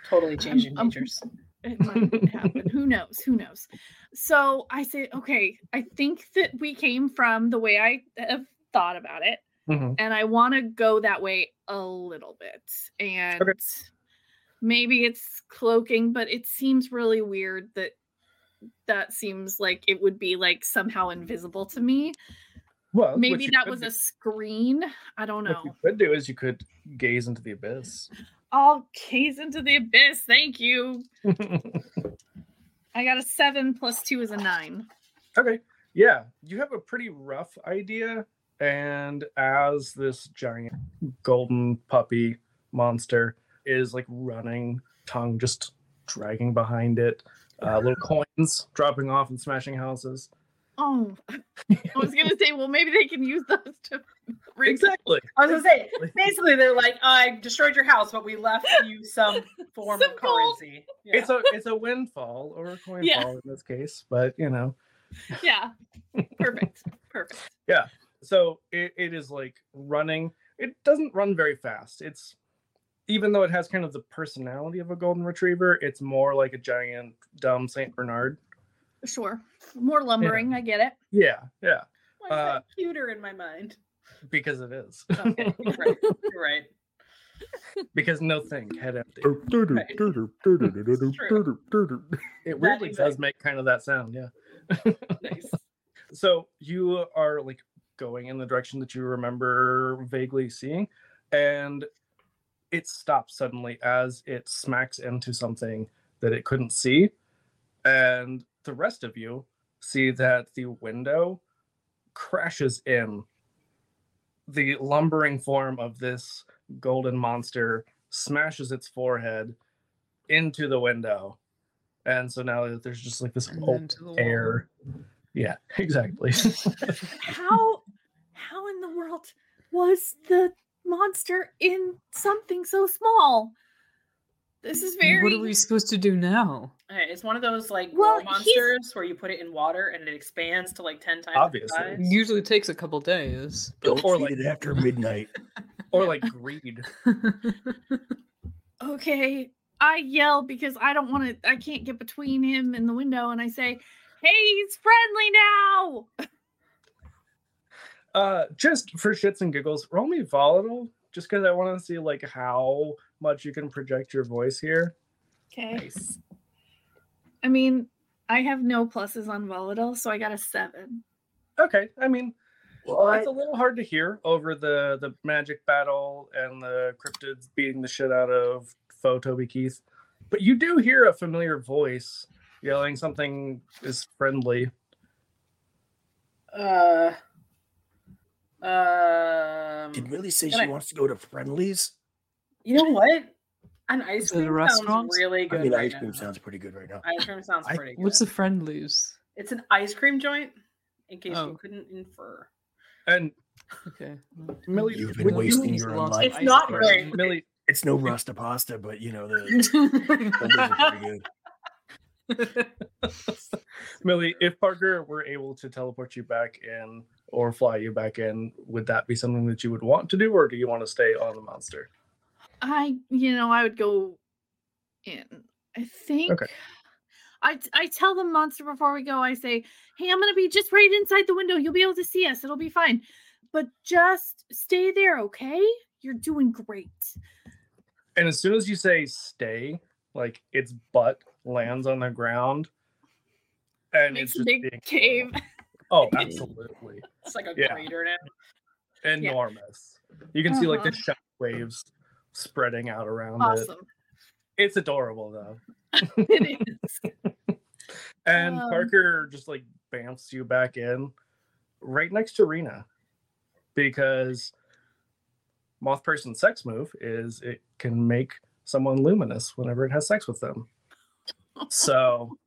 Totally changing
I'm-
natures.
it might happen. Who knows? Who knows? So I say, okay, I think that we came from the way I have thought about it,
Mhm.
and I want to go that way a little bit. And maybe it's cloaking, but it seems really weird that that seems like it would be like somehow invisible to me.
Well,
Maybe that was a screen. I don't
What
know.
you could do is you could gaze into the abyss.
I'll gaze into the abyss. Thank you. I got a seven plus two is a nine.
okay. Yeah. You have a pretty rough idea. And as this giant golden puppy monster is like running, tongue just dragging behind it, uh, little coins dropping off and smashing houses.
Oh, I was gonna say, well, maybe they can use those to ring.
Exactly.
I was gonna say, basically, they're like, I destroyed your house, but we left you some form
Some
of
gold.
currency. Yeah.
It's a it's a windfall or a coin
Yeah.
fall in this case, but you know.
Yeah, perfect, perfect.
so it, it is like running it doesn't run very fast it's even though it has kind of the personality of a golden retriever it's more like a giant dumb saint bernard
Sure, more lumbering. I get it.
yeah yeah
Why is
uh,
that cuter in my mind?
because it is
Okay, you're right. You're right.
because no thing head empty it
That
really does
exact-
make kind of that sound yeah
Nice.
so you are like going in the direction that you remember vaguely seeing and it stops suddenly as it smacks into something that it couldn't see and the rest of you see that the window crashes in the lumbering form of this golden monster smashes its forehead into the window and so now there's just like this
And
open
then to the wall.
air yeah, exactly.
How, how in the world was the monster in something so small? This is very.
What are we supposed to do now?
Okay, it's one of those like
Well,
well,
he's-
monsters where you put it in water and it expands to like ten times.
Obviously.
The size.
It usually takes a couple days.
Don't
Or
feed
like-
it after midnight.
or like greed.
okay i yell because i don't want to i can't get between him and the window and i say hey he's friendly now
Uh just for shits and giggles, roll me volatile just because I want to see like how much you can project your voice here.
Okay. I mean, I have no pluses on volatile, so I got a seven.
Okay, I mean
What?
it's a little hard to hear over the the magic battle and the cryptids beating the shit out of foe Toby Keith, but you do hear a familiar voice yelling something is friendly.
Uh, um,
Did Millie say
Can
she
I-
wants to go to Friendlies?
you know what? An ice
Is it a
cream sounds
restaurant?
really
I
good.
mean,
right
ice cream
now.
sounds pretty good right now.
Ice cream sounds
I-
pretty good.
What's the friendlies?
It's an ice cream joint, in case
Oh.
you couldn't infer.
And
Okay.
Millie,
You've been
would you-
wasting your own life.
It's not very-
Millie,
It's no Rasta pasta, but you know the friendlies are
very.
pretty good.
Millie, if Parker were able to teleport you back in or fly you back in, would that be something that you would want to do, or do you want to stay on the monster?
I, you know, I would go in. I think.
Okay.
I, I tell the monster before we go, I say, hey, I'm going to be just right inside the window. You'll be able to see us. It'll be fine. But just stay there, okay? You're doing great.
And as soon as you say stay, like its butt lands on the ground, and
Makes
it's
a
just
big
being-
cave.
Oh, absolutely
It's like a
Yeah.
crater now.
enormous. You can see like the
Uh-huh.
shock waves spreading out around it.
Awesome.
It's adorable though.
It is.
And
Um,
Parker just like bamps you back in right next to Rena because Moth Person's sex move is it can make someone luminous whenever it has sex with them. So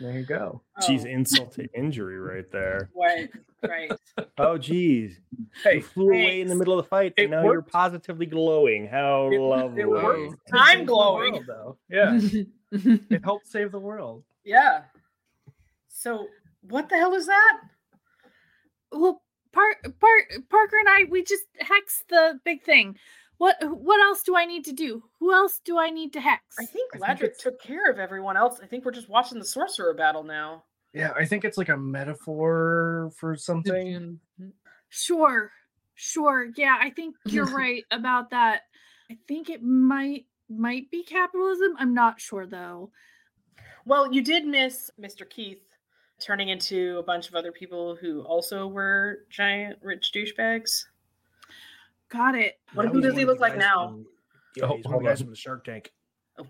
there you go.
She's
Oh,
insult to injury right there.
Right, right.
Oh, geez.
Hey,
You flew away in the
thanks.
middle of the fight,
It
and now you're
worked.
positively glowing. How
it,
lovely.
it worked.
worked.
to
I'm
save the
glowing.
world, though. Yeah, it helped save the world.
Yeah. So what the hell is that?
Well, Par- Par- Parker and I, we just hex the big thing. What what else do I need to do? Who else do I need to hex?
I think
I think
Ladrick
it's-
took care of everyone else. I think we're just watching the sorcerer battle now.
Yeah, I think it's like a metaphor for something.
Sure, sure. Yeah, I think you're right about that. I think it might might be capitalism. I'm not sure though.
Well, you did miss Mr. Keith turning into a bunch of other people who also were giant rich douchebags.
Got it.
What-
Now
who
he's
does he
one of
look
the
like
guys
now?
from- yeah,
Oh,
he's one of
hold
the guys
on.
from the Shark Tank.
Oh.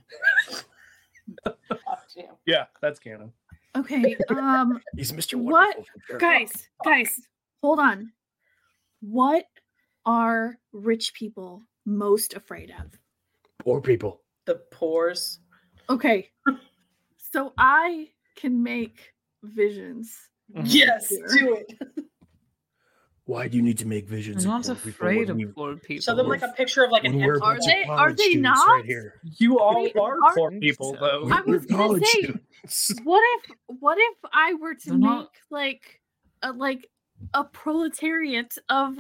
damn.
Yeah, that's canon.
Okay. Um
He's Mr.
What?
Wonderful from Shark Tank.
guys, guys, hold on. What are rich people most afraid of?
Poor people.
The pores.
Okay. So I can make visions.
Mm-hmm.
Yes,
Here.
do it.
Why do you need to make visions?
I'm
of
not
poor people
afraid
when
of
we-
poor people.
Show them like a picture of like an
when we're a
empty.
Are
bunch of
they- are
college
they
students
not?
Right here.
You all
Wait,
are
aren't-
poor people,
So-
though.
I was
We're
gonna
college
say-
students.
What if what if I were to
They're
make
not-
like a like a proletariat of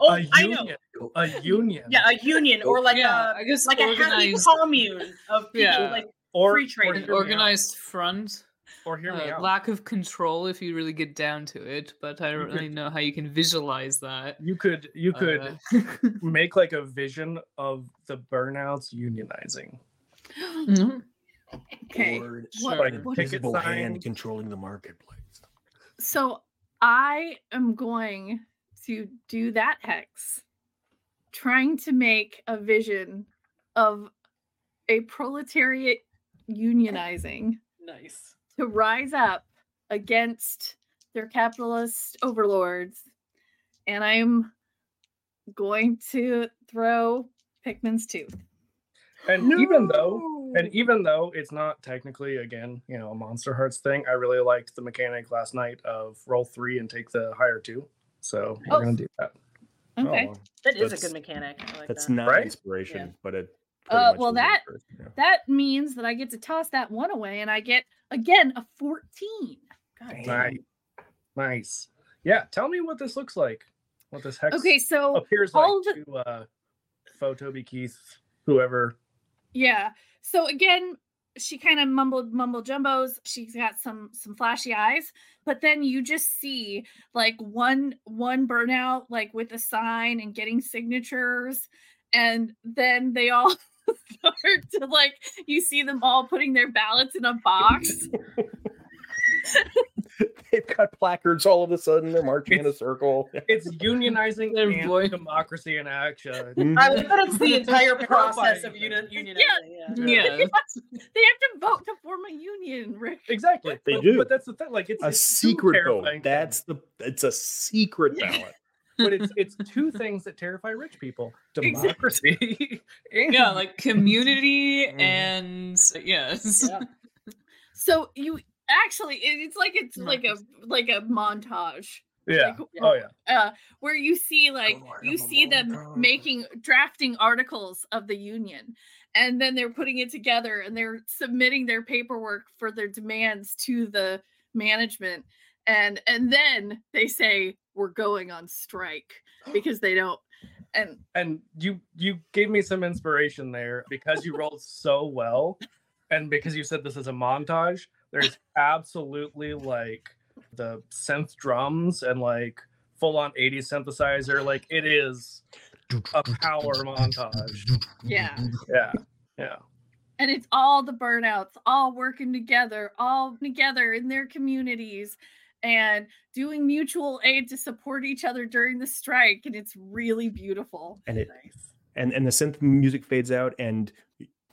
Oh,
a
I know.
union. A union.
Yeah, a union or like
yeah,
a
I guess
like a happy
organized,
commune of people.
Yeah.
Like
or,
free trade.
or
an
hear me
organized front.
out. Or hear me
uh,
out.
lack of control if you really get down to it, but I
You
don't
could-
really know how you can visualize that.
You could you could
Uh,
make like a vision of the burnouts unionizing.
mhm.
Okay.
Lord,
What-
Like
Sure.
what-
picket
invisible hand
signs.
controlling the marketplace.
So I am going to do that hex, trying to make a vision of a proletariat unionizing
nice.
to rise up against their capitalist overlords. And I'm going to throw Pikmin's tooth.
And even though and even though it's not technically again, you know, a Monster Hearts thing, I really liked the mechanic last night of roll three and take the higher two. So we're
Oh.
gonna do that.
Oh,
Okay.
That is
That's-
a good mechanic. I like
That's
that.
not
Right?
inspiration, but it. pretty
Uh,
much
well,
is
that-
inspiration, yeah.
That means that I get to toss that one away and I get again a 14.
God damn.
Nice. Nice. Yeah, tell me what this looks like. What this hex
Okay, so
appears
all
like
the-
to uh Photoby Keith, whoever
yeah. So again, she kind of mumbled mumble jumbos she's got some some flashy eyes but then you just see like one one burnout like with a sign and getting signatures and then they all start to like you see them all putting their ballots in a box
They've got placards all of a sudden. They're marching in a circle.
It's unionizing
They're
and
boy-
democracy in action.
Mm-hmm.
I like that it's the entire process of
Everybody.
uni- unionizing. Yeah.
Yeah.
they have to vote to form a union rick
Exactly.
They
but,
do.
But that's the thing. Like it's
a
it's two
secret
terrifying
vote.
things.
That's the. It's a secret ballot.
but it's it's two things that terrify rich people. Democracy and
yeah, like community
Mhm.
and yes.
Yeah.
so you actually it, it's like it's like a like a montage
Yeah.
Like,
Oh yeah.
uh where you see like
Oh,
you see them making drafting articles of the union and then they're putting it together and they're submitting their paperwork for their demands to the management and and then they say we're going on strike because they don't and
and you you gave me some inspiration there because you rolled so well and because you said this is a montage there's absolutely like the synth drums and like full on 80s synthesizer like it is a power montage
yeah
yeah yeah
and it's all the burnouts all working together all together in their communities and doing mutual aid to support each other during the strike and it's really beautiful
And it
Nice.
and and the synth music fades out, and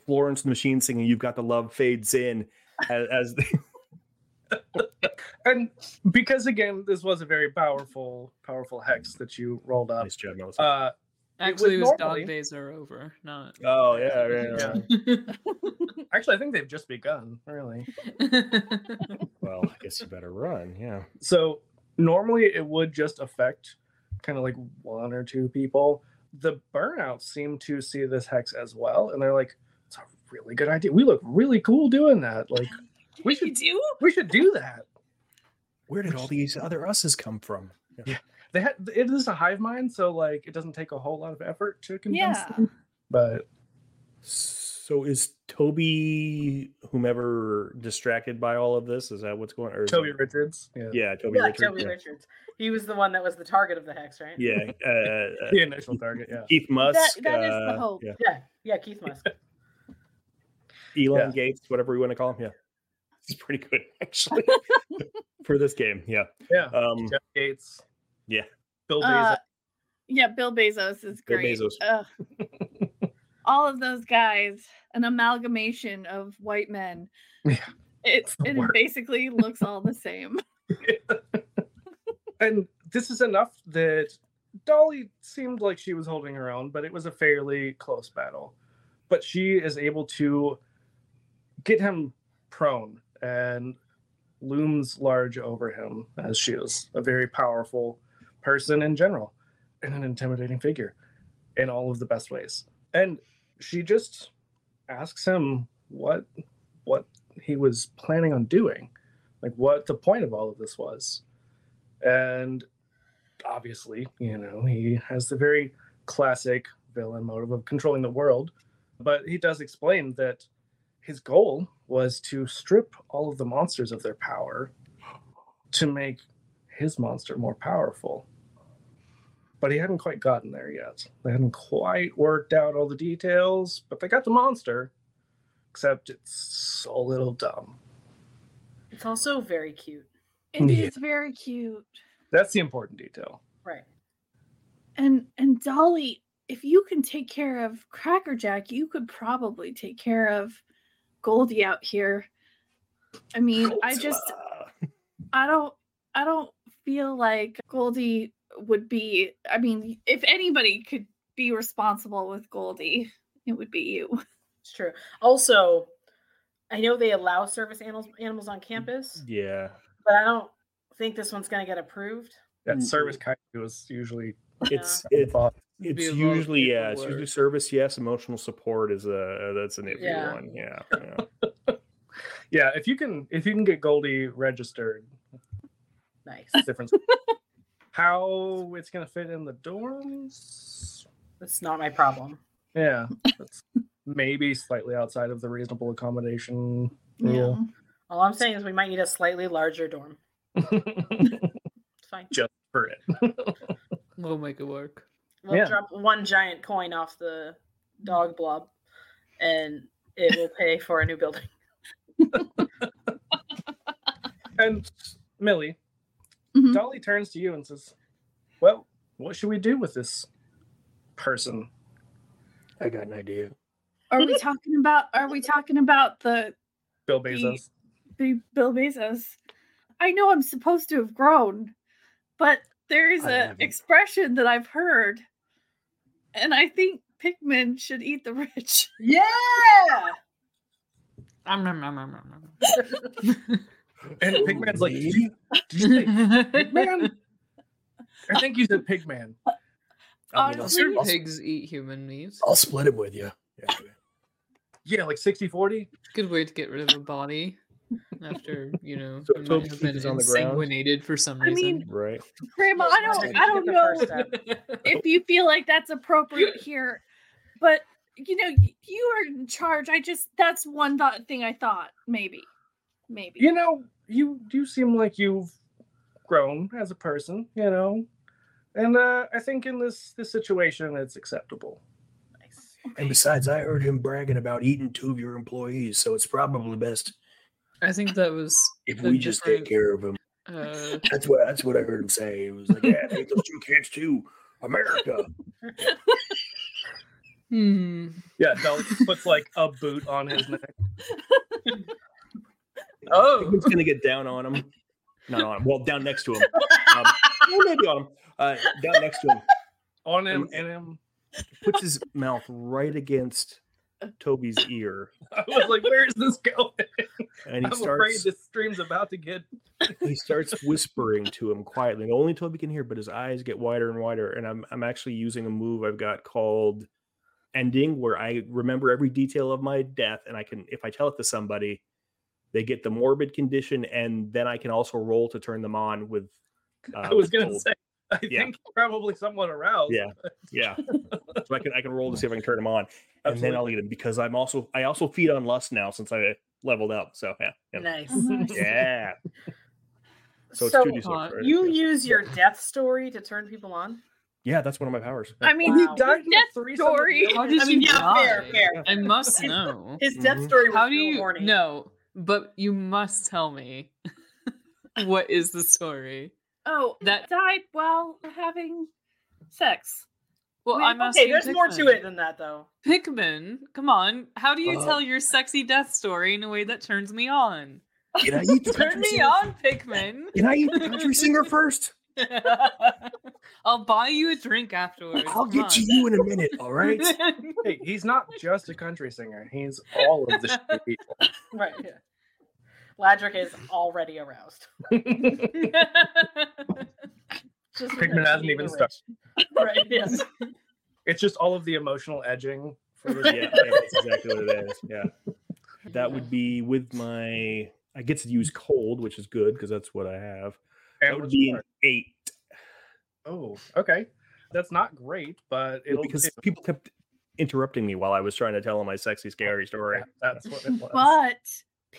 Florence and the Machine singing "You've Got the Love" fades in as, as they-
and because again this was a very powerful powerful hex that you rolled up
nice job, Melissa.
uh
Actually, it was,
normally-
dog days are over, not.
oh yeah, yeah, yeah.
actually i think they've just begun really
Well, I guess you better run. Yeah.
So normally it would just affect kind of like one or two people. The burnouts seem to see this hex as well, and they're like, "It's a really good idea. We look really cool doing that. Like, we should
do?
we should do that."
Where did all these other us's come from?
They had, it is a hive mind, so like it doesn't take a whole lot of effort to convince
yeah
them. But
So is Toby whomever distracted by all of this? Is that what's going on? Or is
Toby
it-
Richards, yeah,
Yeah, Toby
Yeah,
Richards.
Toby
yeah.
Richards. He was the one that was the target of the hex, right?
yeah. Uh, uh,
the initial target, yeah.
Keith Musk.
that is the
uh,
hope.
Yeah.
Yeah, yeah, Keith Musk.
Elon
Yeah.
Gates, whatever we want to call him. Yeah. It's pretty good, actually, for this game. Yeah.
Yeah,
Um,
Jeff Gates,
yeah.
Bill Bezos.
Uh, yeah bill bezos is
Bill
great
Bezos.
Ugh. all of those guys an amalgamation of white men
Yeah.
it's
the
it
worst.
basically looks all the same
and this is enough that Dolly seemed like she was holding her own, but it was a fairly close battle. But she is able to get him prone and looms large over him as she is a very powerful person in general and an intimidating figure in all of the best ways. And she just asks him what what he was planning on doing, like what the point of all of this was and obviously you know he has the very classic villain motive of controlling the world but he does explain that his goal was to strip all of the monsters of their power to make his monster more powerful but he hadn't quite gotten there yet they hadn't quite worked out all the details but they got the monster except it's a little dumb
It's also very cute.
It is
Yeah.
very cute
that's the important detail
Right.
And and Dolly, if you can take care of Crackerjack, you could probably take care of Goldie out here. I mean, I just
uh,
I don't I don't feel like Goldie would be I mean, if anybody could be responsible with Goldie, it would be you.
It's true. Also, I know they allow service animals animals on campus,
Yeah.
but I don't think this one's gonna get approved.
that
Mm.
service kind was usually
It's it's it's
Be a lot of
usually yeah, it's
paperwork.
usually service, yes, emotional support is a that's an iffy
Yeah.
one. Yeah. yeah.
Yeah, if you can if you can get Goldie registered,
Nice.
it's different. How it's gonna fit in the dorms?
That's not my problem.
Yeah, that's maybe slightly outside of the reasonable accommodation
Yeah.
rule.
All I'm saying is we might need a slightly larger dorm. It's fine.
Just for it.
We'll make it work.
We'll
Yeah.
drop one giant coin off the dog blob, and it will pay for a new building.
And Millie,
Mhm.
Dolly turns to you and says, Well, what should we do with this person?
I got an idea.
Are we talking about are we talking about the
Bill
The-
Bezos.
the Bill Bezos? I know I'm supposed to have grown, but there is
I
an
haven't.
expression that I've heard, and I think Pikmin should eat the rich.
Yeah.
Um, nom, nom, nom, nom,
And Pigman's like,
Me?
Did you, did you say Pigman? I think you said Pigman.
I mean, I'll-
Honestly,
nom.
I'll-
Pigs eat human meat.
Oh.
I'll split him with you. Yeah.
Yeah, like 60 40.
Good way to get rid of a body after you know
So-
it
so
might have
Pete
been
is on the ground?
insanguinated for some
I mean,
reason.
Right.
Grandma, I don't I don't know if you feel like that's appropriate here, but you know y- you are in charge. I just that's one thought thing I thought maybe, maybe.
You know, you do seem like you've grown as a person, you know. And uh, I think in this this situation, it's acceptable.
Nice.
And besides, I heard him bragging about eating two of your employees, so it's probably best
I think that was
if
a
we just take
different,
care of him.
Uh,
That's what that's what I heard him say. It was like, yeah, take those two kids to America.
hmm.
Yeah, Dolly puts like a boot on his neck.
Oh,
Who's gonna get down on him? Not on him. Well, down next to him. Um, well, maybe on him. Uh, down next to him.
On him and him.
Puts his mouth right against Toby's ear,
I was like, where is this going?
and
I'm
he
afraid
starts.
this stream's about to get
He starts whispering to him quietly, and only Toby can hear. But his eyes get wider and wider, and I'm I'm actually using a move I've got called ending, where I remember every detail of my death, and I can if I tell it to somebody, they get the morbid condition, and then I can also roll to turn them on with. Uh,
I was
with
gonna
cold.
say, I
Yeah.
think you're probably somewhat aroused.
Yeah. Yeah. so I can I can roll to see if I can turn him on, and then I'll eat him because I'm also I also feed on lust now since I leveled up. So yeah, yeah.
Nice.
Mm-hmm.
yeah. So it's
So,
two d six.
uh,
Right?
You
yeah.
use your death story to turn people on?
yeah, that's one of my powers.
I mean,
He
Wow.
died in a
Death
threesome with
story.
Bill
how
Gates.
did
I mean,
you
yeah, fair,
die?
fair.
I must know.
His death
Mm-hmm.
Mhm.
story was
How do you
horny.
no? But you must tell me what is the story.
oh,
That
died while having sex.
well,
Wait,
I'm asking.
Okay, there's more to
Pikmin.
it than that though.
Pikmin, come on. How do you
Uh,
tell your sexy death story in a way that turns me on?
Can I eat the
Turn
country
me
singer?
on, Pikmin.
Can I eat the country singer first?
I'll buy you a drink afterwards.
I'll
come
get to you in a minute, all right?
on.
Hey, he's not just a country singer. He's all of the shitty people.
Right. Yeah. Ladrick is already aroused. Just because
Pigman hasn't
he's
even
the
started.
rich. Right. Yes.
It's just all of the emotional edging. For
Yeah,
this.
yeah, that's exactly what it is. Yeah, that would be with my. I get to use cold, which is good because that's what I have. That would be an eight
Oh, okay. That's not great, but it'll
because
do.
people kept interrupting me while I was trying to tell them my sexy, scary story.
Yeah, That's what it was.
But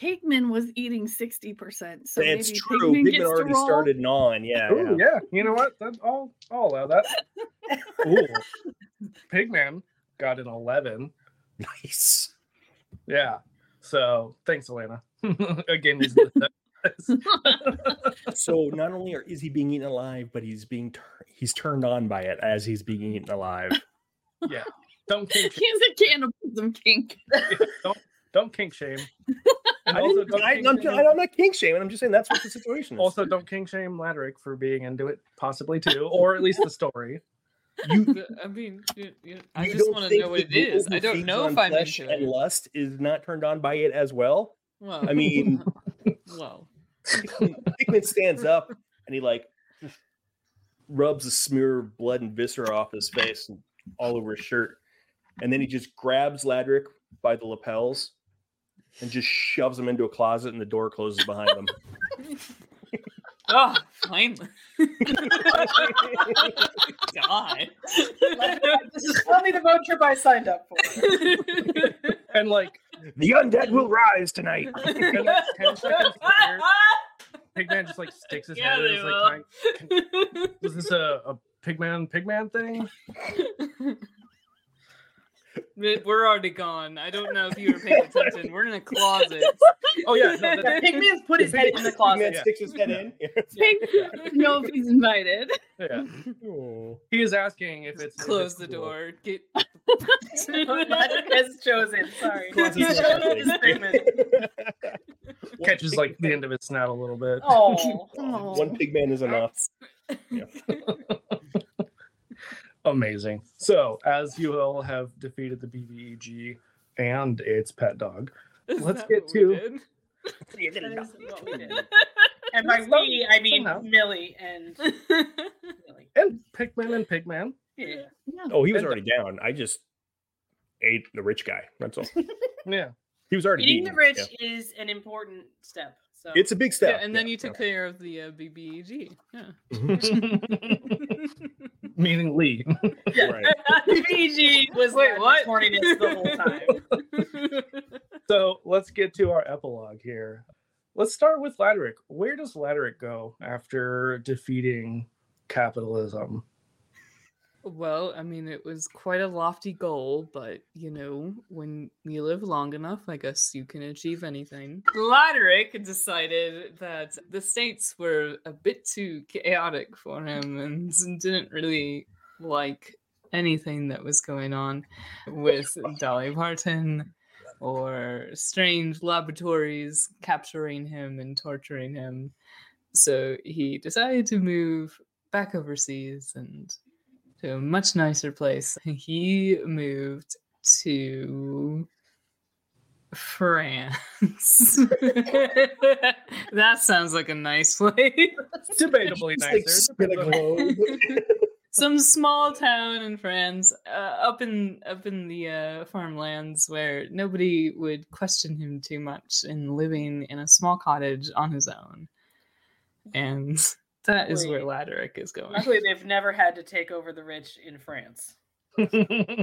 Pigman was eating 60%. So
That's
maybe
true.
Pigman
Pigman
gets to
already
roll.
started gnawing. Yeah,
Ooh,
yeah.
yeah. you know what? That, I'll, I'll allow that. Ooh. Pigman got an 11.
Nice.
Yeah. So thanks, Elena. Again, he's
So not only are, is he being eaten alive, but he's being tur- he's turned on by it as he's being eaten alive.
yeah. Don't kink,
He has a cannibalism kink.
don't kink shame. And
I
also
didn't-
don't,
I-
kink
I'm,
shame,
I'm not king shaming. I'm just saying that's what the situation is.
also don't kink shame Ladrick for being into it, possibly too, or at least the story.
you,
I mean, you- you- I
you
just
don't
want to
think
know what
the
it is. I
Google who
don't
feeds
know
on
if I'm
flesh
into
and
it.
lust is not turned on by it as well.
Well,
I mean-
well,
Pikmin Pikmin stands up and he like just rubs a smear of blood and viscera off his face and all over his shirt, and then he just grabs Ladrick by the lapels and just shoves him into a closet, and the door closes behind him.
oh, finally. God.
This is only the road trip I signed up for.
And like,
The undead will rise tonight.
and like ten seconds later, Pigman just like sticks his
yeah,
head. in
they
his, like,
will.
trying- is this a, a Pigman Pigman thing?
But We're already gone. I don't know if you were paying attention. We're in a closet.
Oh yeah, no, that,
The Pigman's put his head in the closet.
Yeah.
sticks his head in.
know if he's invited.
yeah.
Oh.
He is asking if it's if
Close
it's
the
cool.
door. Get
Has chosen. Sorry.
Closet's
He's
not
chosen
happening.
his Pigman.
Catches like the end of his snout a little bit.
Oh.
One pig man is enough. Yeah.
Amazing. So, as you all have defeated the BBEG and its pet dog,
Is
Let's
that
get
what
to-
we did?
That is what we did. And by
Some-
we, I mean
somehow.
Millie and Millie.
and Pikmin and Pigman.
Yeah.
Oh, he was already down. I just ate the rich guy. That's all.
Yeah.
He was already
Eating the
eaten,
rich
yeah.
is an important step. So
It's a big
Yeah,
step.
and then
yeah,
you took care of the uh, BBEG. Yeah.
Meaning Lee.
yeah. right.
PG was
Wait,
Wait,
what?
what? horniness the whole time.
So, let's get to our epilogue here. Let's start with Laderick. Where does Laderick go after defeating capitalism?
well, I mean, it was quite a lofty goal, but you know, when you live long enough, I guess you can achieve anything. Gladerick decided that the states were a bit too chaotic for him and didn't really like anything that was going on with Dolly Parton or strange laboratories capturing him and torturing him. So he decided to move back overseas and to a much nicer place. He moved to France. that sounds like a nice place.
Debatably
Just,
nicer.
like, spin a
debatably-
globe.
Some small town in France, uh, up in up in the uh, farmlands, where nobody would question him too much, and living in a small cottage on his own. And that is where Laderick is going.
Luckily, they've never had to take over the rich in France. Thank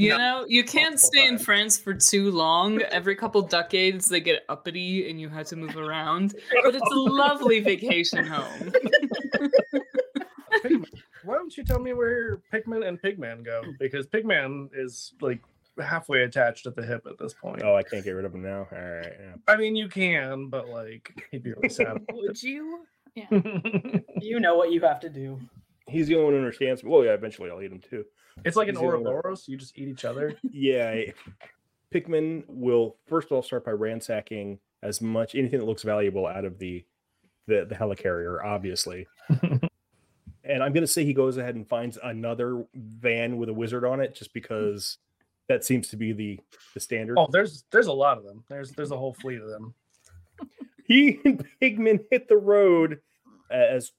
You
God.
know, you can't
multiple
stay in
times.
France for too long. Every couple decades, they get uppity and you have to move around. But it's a lovely vacation home.
Pigman. Why don't you tell me where Pikmin and Pigman go? Because Pigman is like halfway attached at the hip at this point.
oh, I can't get rid of him now. All right. Yeah.
I mean, you can, but like, he'd be really sad.
Would you?
You know what you have to do.
He's the only one who understands. Well, yeah, eventually I'll eat him too.
it's like an
He's the only one.
Ouroboros. You just eat each other.
yeah, I- Pikmin will first of all start by ransacking as much anything that looks valuable out of the the, the helicarrier, obviously. and I'm gonna say he goes ahead and finds another van with a wizard on it, just because that seems to be the the standard.
Oh, there's there's a lot of them. There's there's a whole fleet of them.
He and Pigman hit the road a- as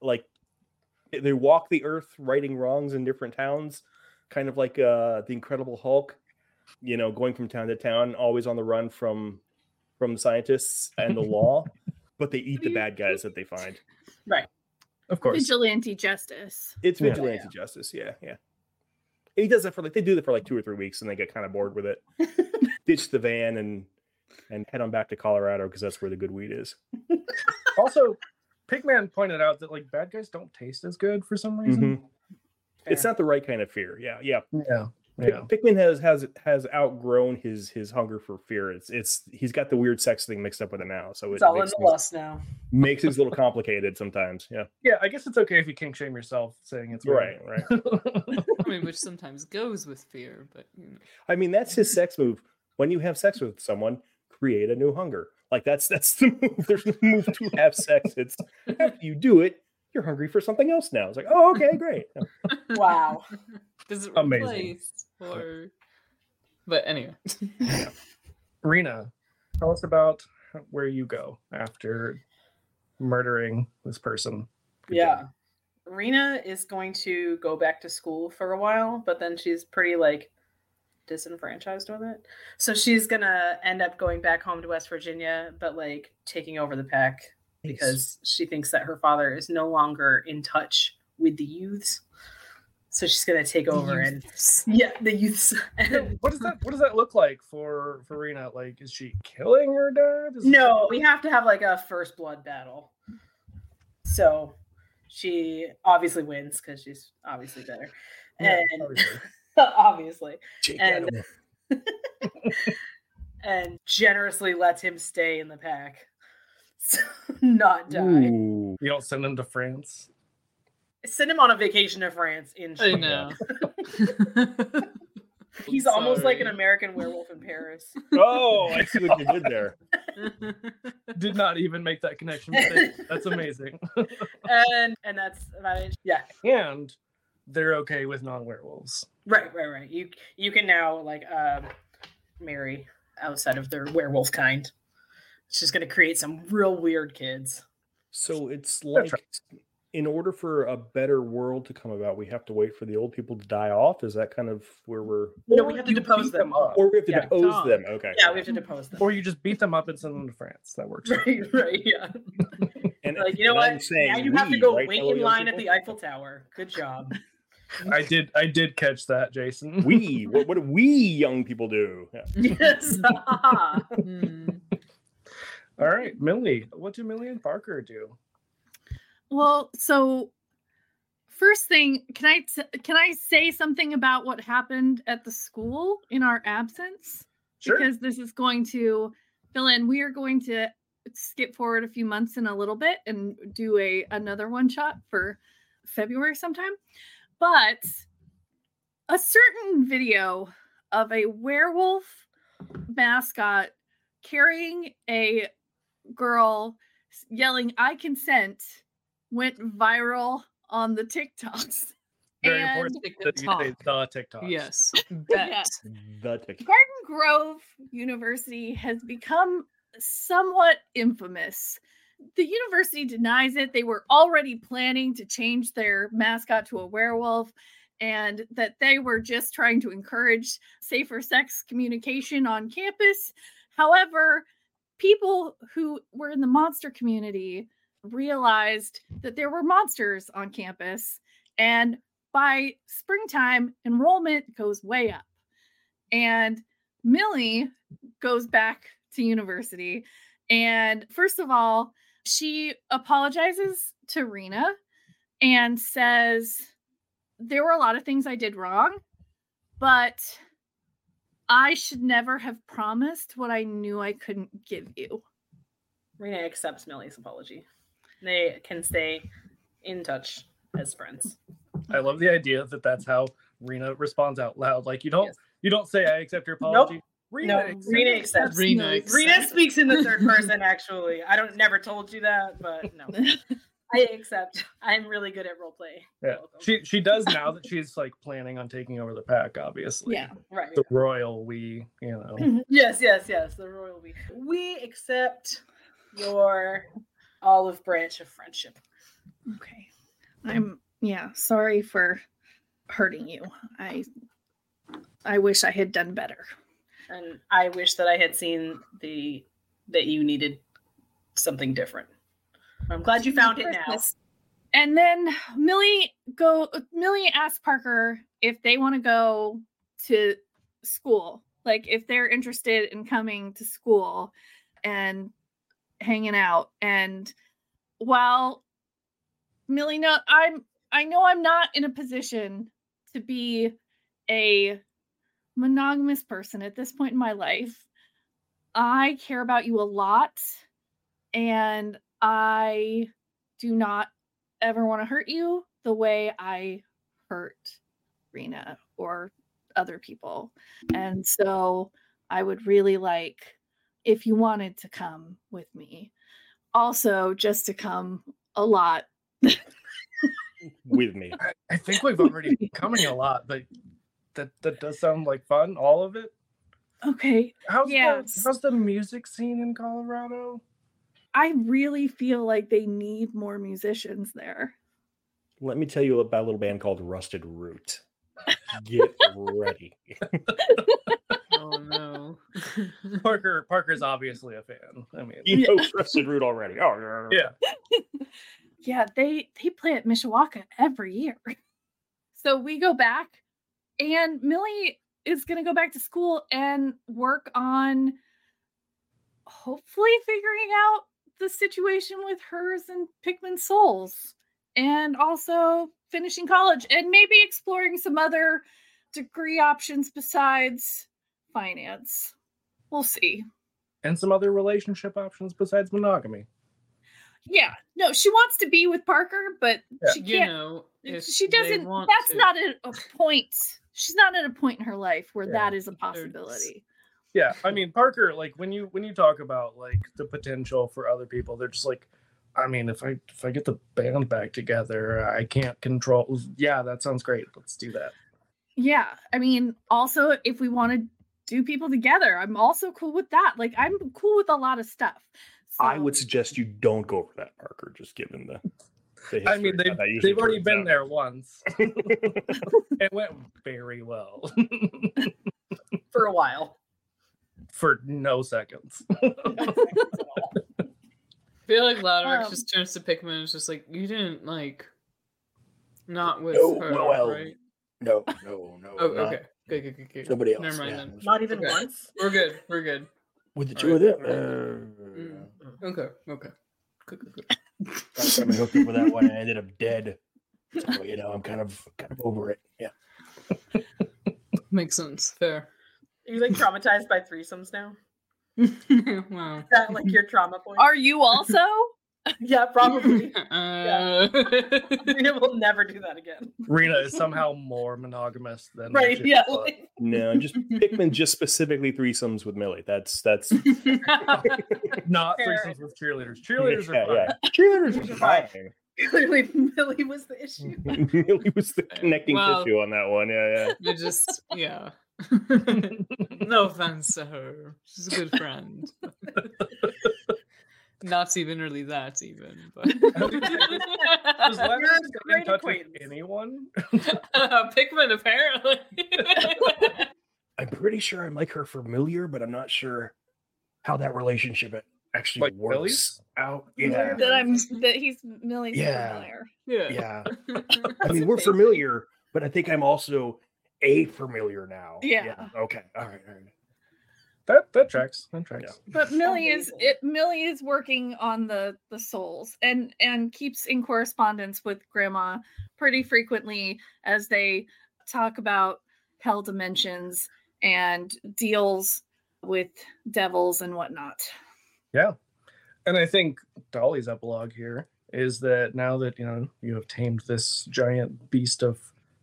like they walk the earth, righting wrongs in different towns, kind of like uh, the Incredible Hulk. You know, going from town to town, always on the run from from scientists and the law, but they eat the bad guys that they find.
Of course.
Vigilante justice.
It's
Yeah.
vigilante justice. Yeah, yeah. He does that for like they do that for like two or three weeks, and they get kind of bored with it. Ditch the van and and head on back to Colorado because that's where the good weed is.
Also, Pigman pointed out that like bad guys don't taste as good for some reason.
It's not the right kind of fear. Yeah, yeah.
Yeah.
Pick,
Yeah.
Pikmin has has has outgrown his his hunger for fear. It's it's he's got the weird sex thing mixed up with it now, so it
It's all in
makes,
the
things,
lust now.
makes things a little complicated sometimes. Yeah,
Yeah. I guess it's okay if you kink shame yourself saying it's
right,
weird.
right.
I mean, which sometimes goes with fear, but you know.
I mean, that's his sex move. When you have sex with someone, create a new hunger. Like that's that's the move. There's no move to have sex. It's after you do it, you're hungry for something else now. It's like, oh, okay, great. Yeah.
Wow.
does it
Amazing.
replace or. But anyway,
Rena, tell us about where you go after murdering this person. Good
yeah.
job.
Rena is going to go back to school for a while, but then she's pretty like disenfranchised with it. So she's gonna end up going back home to West Virginia, but like taking over the pack because she thinks that her father is no longer in touch with the youths. So she's gonna take
The
over and
youths.
yeah, the youths. And
What does that What does that look like for for Rena? Like, is she killing her dad? Is it-
no, we have to have like a first blood battle. So she obviously wins because she's obviously better.
Yeah,
and
obviously.
obviously.
Take
And-
that away.
and generously lets him stay in the pack, so not die.
Ooh.
you don't send him to France.
Send him on a vacation to France. In
I
short.
know.
he's almost like an
Sorry.
American werewolf in Paris.
Oh, I see what you did there.
Did not even make that connection. but thank- That's amazing.
and and that's about it. Yeah,
And they're okay with non werewolves.
right, right, right. You you can now like um, marry outside of their werewolf kind. She's gonna create some real weird kids.
So it's
That's
like, in order for a better world to come about, we have to wait for the old people to die off. Is that kind of where we're,
Mm, No, we
Or
have to
you
depose
beat
them.
up. Or,
or we have to
Yeah.
depose
Tom.
them? Okay.
Yeah, we have to depose them.
or you just beat them up and send them to France. That works.
Right, right, yeah.
And
Like you know
and
what?
I'm saying
now you have to
we,
go
right,
wait
fellow
in
young
line at
people?
the Eiffel Tower. Good job.
I did I did catch that, Jason.
We. What, what do we young people do? Yeah.
yes. haha.
Hmm.
All right, Millie. What do Millie and Parker do?
Well, so first thing, can I t- can I say something about what happened at the school in our absence? Because this is going to fill in. We are going to skip forward a few months in a little bit and do a another one shot for February sometime. But a certain video of a werewolf mascot carrying a girl s- yelling "I consent" went viral on the TikToks.
Very
and
important that you say
TikTok.
the TikTok.
Yes. Bet.
The tick.
Garden Grove University has become somewhat infamous. The university denies it. They were already planning to change their mascot to a werewolf and that they were just trying to encourage safer sex communication on campus. However, people who were in the monster community realized that there were monsters on campus. And by springtime, enrollment goes way up and Millie goes back to university. And first of all, she apologizes to Rena and says, There were a lot of things I did wrong, but I should never have promised what I knew I couldn't give you.
Rena accepts Millie's apology. They can stay in touch as friends.
I love the idea that that's how Rena responds out loud. Like you don't
Yes.
you don't say I accept your apology. Rena,
No,
accepts
Rena
it.
accepts.
Rena
no,
accepts.
Rena speaks in the third person. Actually, I don't never told you that, but no, I accept. I'm really good at role play.
Yeah. She she does now that she's like planning on taking over the pack, obviously.
Yeah.
right.
The royal we, you know.
Mm-hmm. yes, yes, yes. The royal we. We accept your olive branch of friendship.
Okay. I'm yeah, sorry for hurting you. I I wish I had done better.
and I wish that I had seen the that you needed something different. I'm glad you found it now.
Christmas. And then Millie go Millie asks Parker if they want to go to school. Like if they're interested in coming to school and hanging out. And while Millie no I'm I know I'm not in a position to be a monogamous person at this point in my life. I care about you a lot and I do not ever want to hurt you the way I hurt Rena or other people. And so I would really like if you wanted to come with me. Also, just to come a lot.
with me.
I, I think we've already been coming a lot, but that that does sound like fun, all of it.
Okay.
How's the
Yes.
how's the music scene in Colorado?
I really feel like they need more musicians there.
Let me tell you about a little band called Rusted Root. Get ready.
Oh no.
Parker Parker's obviously a fan. I mean
You know Rusted Root already. Oh, yeah.
Yeah.
Yeah, they they play at Mishawaka every year. So we go back, and Millie is going to go back to school and work on hopefully figuring out the situation with hers and Pikmin souls, and also finishing college and maybe exploring some other degree options besides finance. We'll see.
and some other relationship options besides monogamy.
Yeah, no, she wants to be with Parker, but
Yeah.
she can't.
You know, if
she
they
doesn't
want
that's
to-
not at a point she's not at a point in her life where
Yeah.
that is a possibility
Yeah, I mean Parker, like when you when you talk about like the potential for other people, they're just like, I mean, if I if I get the band back together, I can't control. Yeah, that sounds great. Let's do that.
yeah i mean also if we want to do people together i'm also cool with that like i'm cool with a lot of stuff
I
So-
would suggest you don't go for that, Parker, just given the. the
I mean,
history of
they've
how that usually
they've already
turns
been
out.
there once. it went very well
for a while.
for no seconds.
I feel like Ladrick
Um,
just turns to Pikmin and is just like, you didn't like, not with
No,
her,
well,
right?
No, no, no.
Oh,
not
okay, good, good, good, good.
Somebody else.
Never mind
yeah.
then.
Not even
Okay.
once.
We're good. We're good.
With the
All
two of
right,
them.
Mm.
Uh,
Okay. Okay. Good, good, good.
last time I hooked up with that one, I ended up dead. So, you know, I'm kind of kind of over it. Yeah.
Makes sense. Fair.
Are you like traumatized by threesomes now?
wow.
Is that like your trauma point?
are you also
yeah, probably.
Uh,
we will never do that again.
Rena is somehow more monogamous than
Right?
Legit
Yeah.
was.
like-
No, just Pikmin, just specifically threesomes with Millie. That's that's.
not
Fair.
threesomes with cheerleaders. Cheerleaders
yeah,
are fine.
yeah. Cheerleaders are fine.
Clearly, Millie was the issue.
Millie was the connecting
Well-
tissue on that one. Yeah, yeah.
I just yeah. no offense to her. She's a good friend. Not even really that even, but
Does Ladder
You're a
stay in
great
touch with
acquaintance.
anyone?
Pikmin apparently.
I'm pretty sure I like her familiar, but I'm not sure how that relationship actually
Like
works
Millie's?
out.
Yeah.
Yeah.
that i'm that he's millie's
Yeah.
familiar
yeah.
Yeah. I mean, we're familiar, but I think I'm also a familiar now.
Yeah.
Okay. All right. All right.
That that tracks. That tracks.
but millie is
Amazing.
it millie is working on the the souls and and keeps in correspondence with grandma pretty frequently as they talk about hell dimensions and deals with devils and whatnot
And I think Dolly's epilogue here is that now that you know you have tamed this giant beast of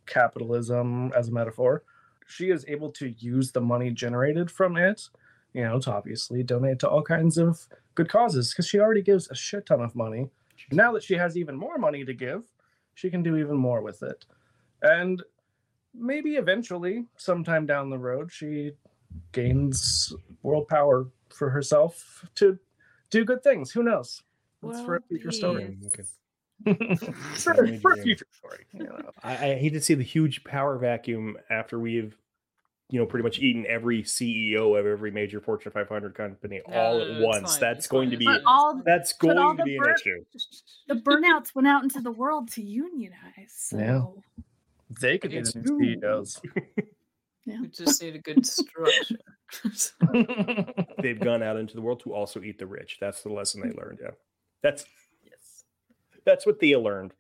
capitalism as a metaphor, she is able to use the money generated from it, you know, to obviously donate to all kinds of good causes because she already gives a shit ton of money. Now that she has even more money to give, she can do even more with it. And maybe eventually, sometime down the road, she gains world power for herself to do good things. Who knows? That's for a future story.
Okay.
for,
Let
for a
me
future story. You know.
I, I hate to see the huge power vacuum after we've, you know, pretty much eaten every CEO of every major Fortune 500 company
No,
all
no,
at
no, Oh, it's
once.
fine,
That's
it's
going
fine, it's
to be
fine,
But all
it's
that's
all
going
the
to be an
bur-
issue.
the burnouts went out into the world to unionize
Yeah.
so
They could be the new CEOs.
fine. We just need a good structure.
E
They've gone out into the world to also eat the rich. That's the lesson they learned. Yeah, that's
Yes.
that's what Thea learned.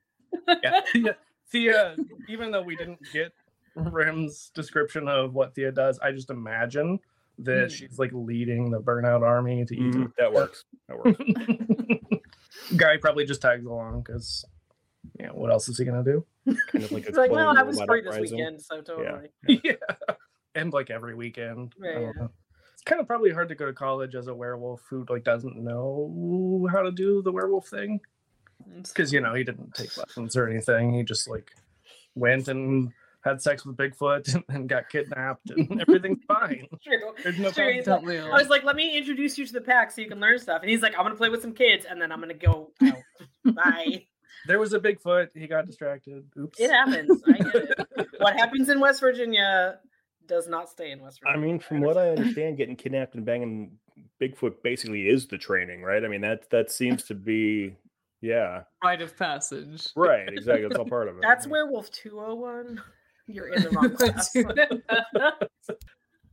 yeah. Thea, Thea, even though we didn't get Rim's description of what Thea does, I just imagine that
Hmm.
she's like leading the burnout army to eat.
Mm-hmm.
Mhm, That works. That works.
Guy probably just tags along because, yeah, what else is he gonna do?
Kind of like a
It's like, well,
clone
I was
robot
free this
uprising.
weekend, so totally.
Yeah. And like every weekend. I
Right,
don't
yeah.
know. It's kind of probably hard to go to college as a werewolf who like doesn't know how to do the werewolf thing. Because you know, he didn't take lessons or anything. He just like went and had sex with Bigfoot and, and got kidnapped and everything's fine.
True.
There's no
Sure,
problem.
he's
Don't
I
we all?
was like, let me introduce you to the pack so you can learn stuff. And he's like, I'm gonna play with some kids and then I'm gonna go out. Bye.
There was a Bigfoot. He got distracted. Oops.
It happens. I get it. what happens in West Virginia does not stay in West
I
Virginia.
mean, from what I understand, getting kidnapped and banging Bigfoot basically is the training, right? I mean, that that seems to be Yeah.
Rite of passage.
Right. Exactly. That's all part of it.
That's Werewolf 201. You're in the wrong class.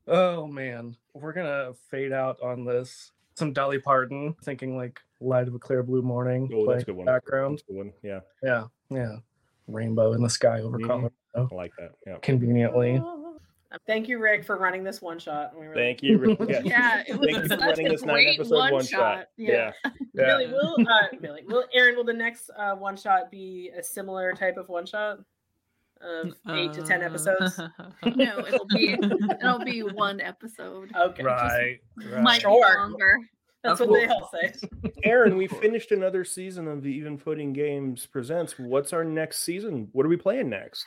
Oh man, we're gonna fade out on this. Some Dolly Parton, thinking like "Light of a Clear Blue Morning"
Oh,
playing
that's
in
a good
the
one.
background.
That's a good one. Yeah.
Yeah, yeah. Rainbow in the sky over
Mhm.
Colorado,
I like that. Yeah.
conveniently.
Thank you, Rick, for running this one shot. We really,
Thank you. Rick. Yeah.
Yeah, it was
Thank you for
such
running
a
this nine
great
episode
one
one
shot.
shot.
Yeah.
Yeah.
Really, will uh, really, will Aaron? Will the next uh, one shot be a similar type of one shot of eight to
Uh,
ten episodes?
No, it'll be it'll be one episode.
Okay,
Right, right.
Might be
Sure.
longer.
that's
Of
what they
course.
all say.
Aaron, we finished another season of the Even Footing Games Presents. What's our next season? What are we playing next?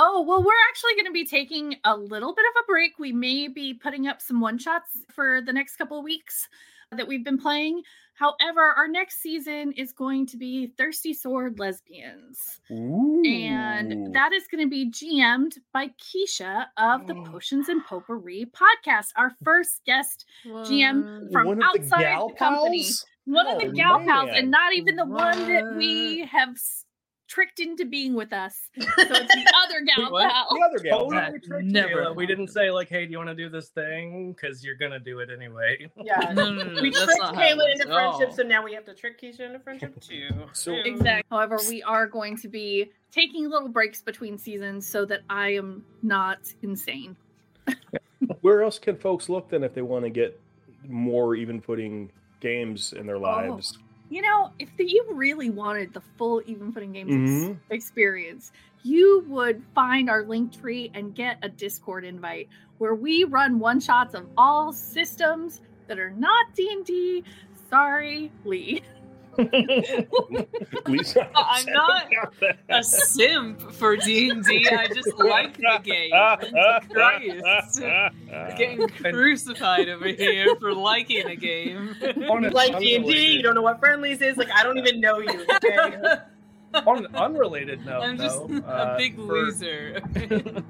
Oh, well, we're actually going to be taking a little bit of a break. We may be putting up some one shots for the next couple of weeks that we've been playing. However, our next season is going to be Thirsty Sword Lesbians.
Ooh.
And that is going to be GM'd by Keisha of the Potions and Potpourri podcast, our first guest GM from
One of the
outside
gal
the, company.
pals?
One of the
Oh,
gal pals,
man.
and not even the one that we
What?
have s- tricked into being with us. So it's the other gal
what?
pal.
the other gal.
Totally
pal.
That
tricked
never
Kayla. We didn't
happened.
say like, "Hey, do you want to do this thing?" Because you're gonna do it anyway.
Yeah,
No, no, no, no,
we
that's
tricked
not how it
Kayla into
works Oh. at all.
friendship, so now we have to trick Keisha into friendship too.
So-
Hmm.
Exactly. However, we are going to be taking little breaks between seasons so that I am not insane.
Where else can folks look then if they want to get more Even Footing games in
Oh.
their lives?
You know, if the, you really wanted the full Even Footing Games ex-
Mm-hmm.
Mhm.
experience, you would find our link tree and get a Discord invite where we run one shots of all systems that are not D and D. Sorry, Lee.
Lisa,
I'm
upset
not
about that.
a simp for D and I just like the game. Christ. Getting crucified over here for liking a game.
Honest-
Like D and D,
unrelated-
you don't know what friendlies is. Like I don't even know you. okay?
On an unrelated note,
I'm just
though,
a
uh,
big
for-
loser.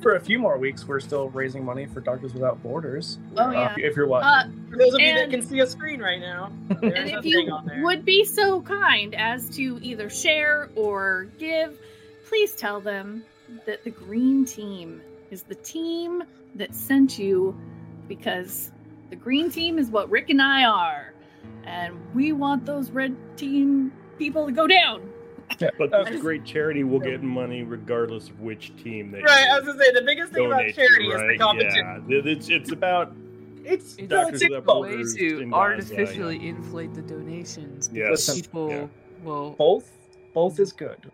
For a few more weeks, we're still raising money for Doctors Without Borders.
Oh
uh,
yeah.
if you're watching.
Uh,
For those of you that
And-
can see a screen right now, there's
And
a
if
thing
you
on there.
would be so kind as to either share or give, please tell them that the green team is the team that sent you because the green team is what Rick and I are. And we want those red team people to go down.
But
Uh,
this great charity will get money regardless of which team they
Right, I was gonna say the biggest thing about
donate to,
charity is the
right?
competition.
Yeah. It- It's, it's about it's,
It's
Doctors
like
Without
a
Way
Borders in
to
Gaza,
artificially inflate the donations
yeah.
because
Yes.
Listen,
people
yeah.
will
both both is good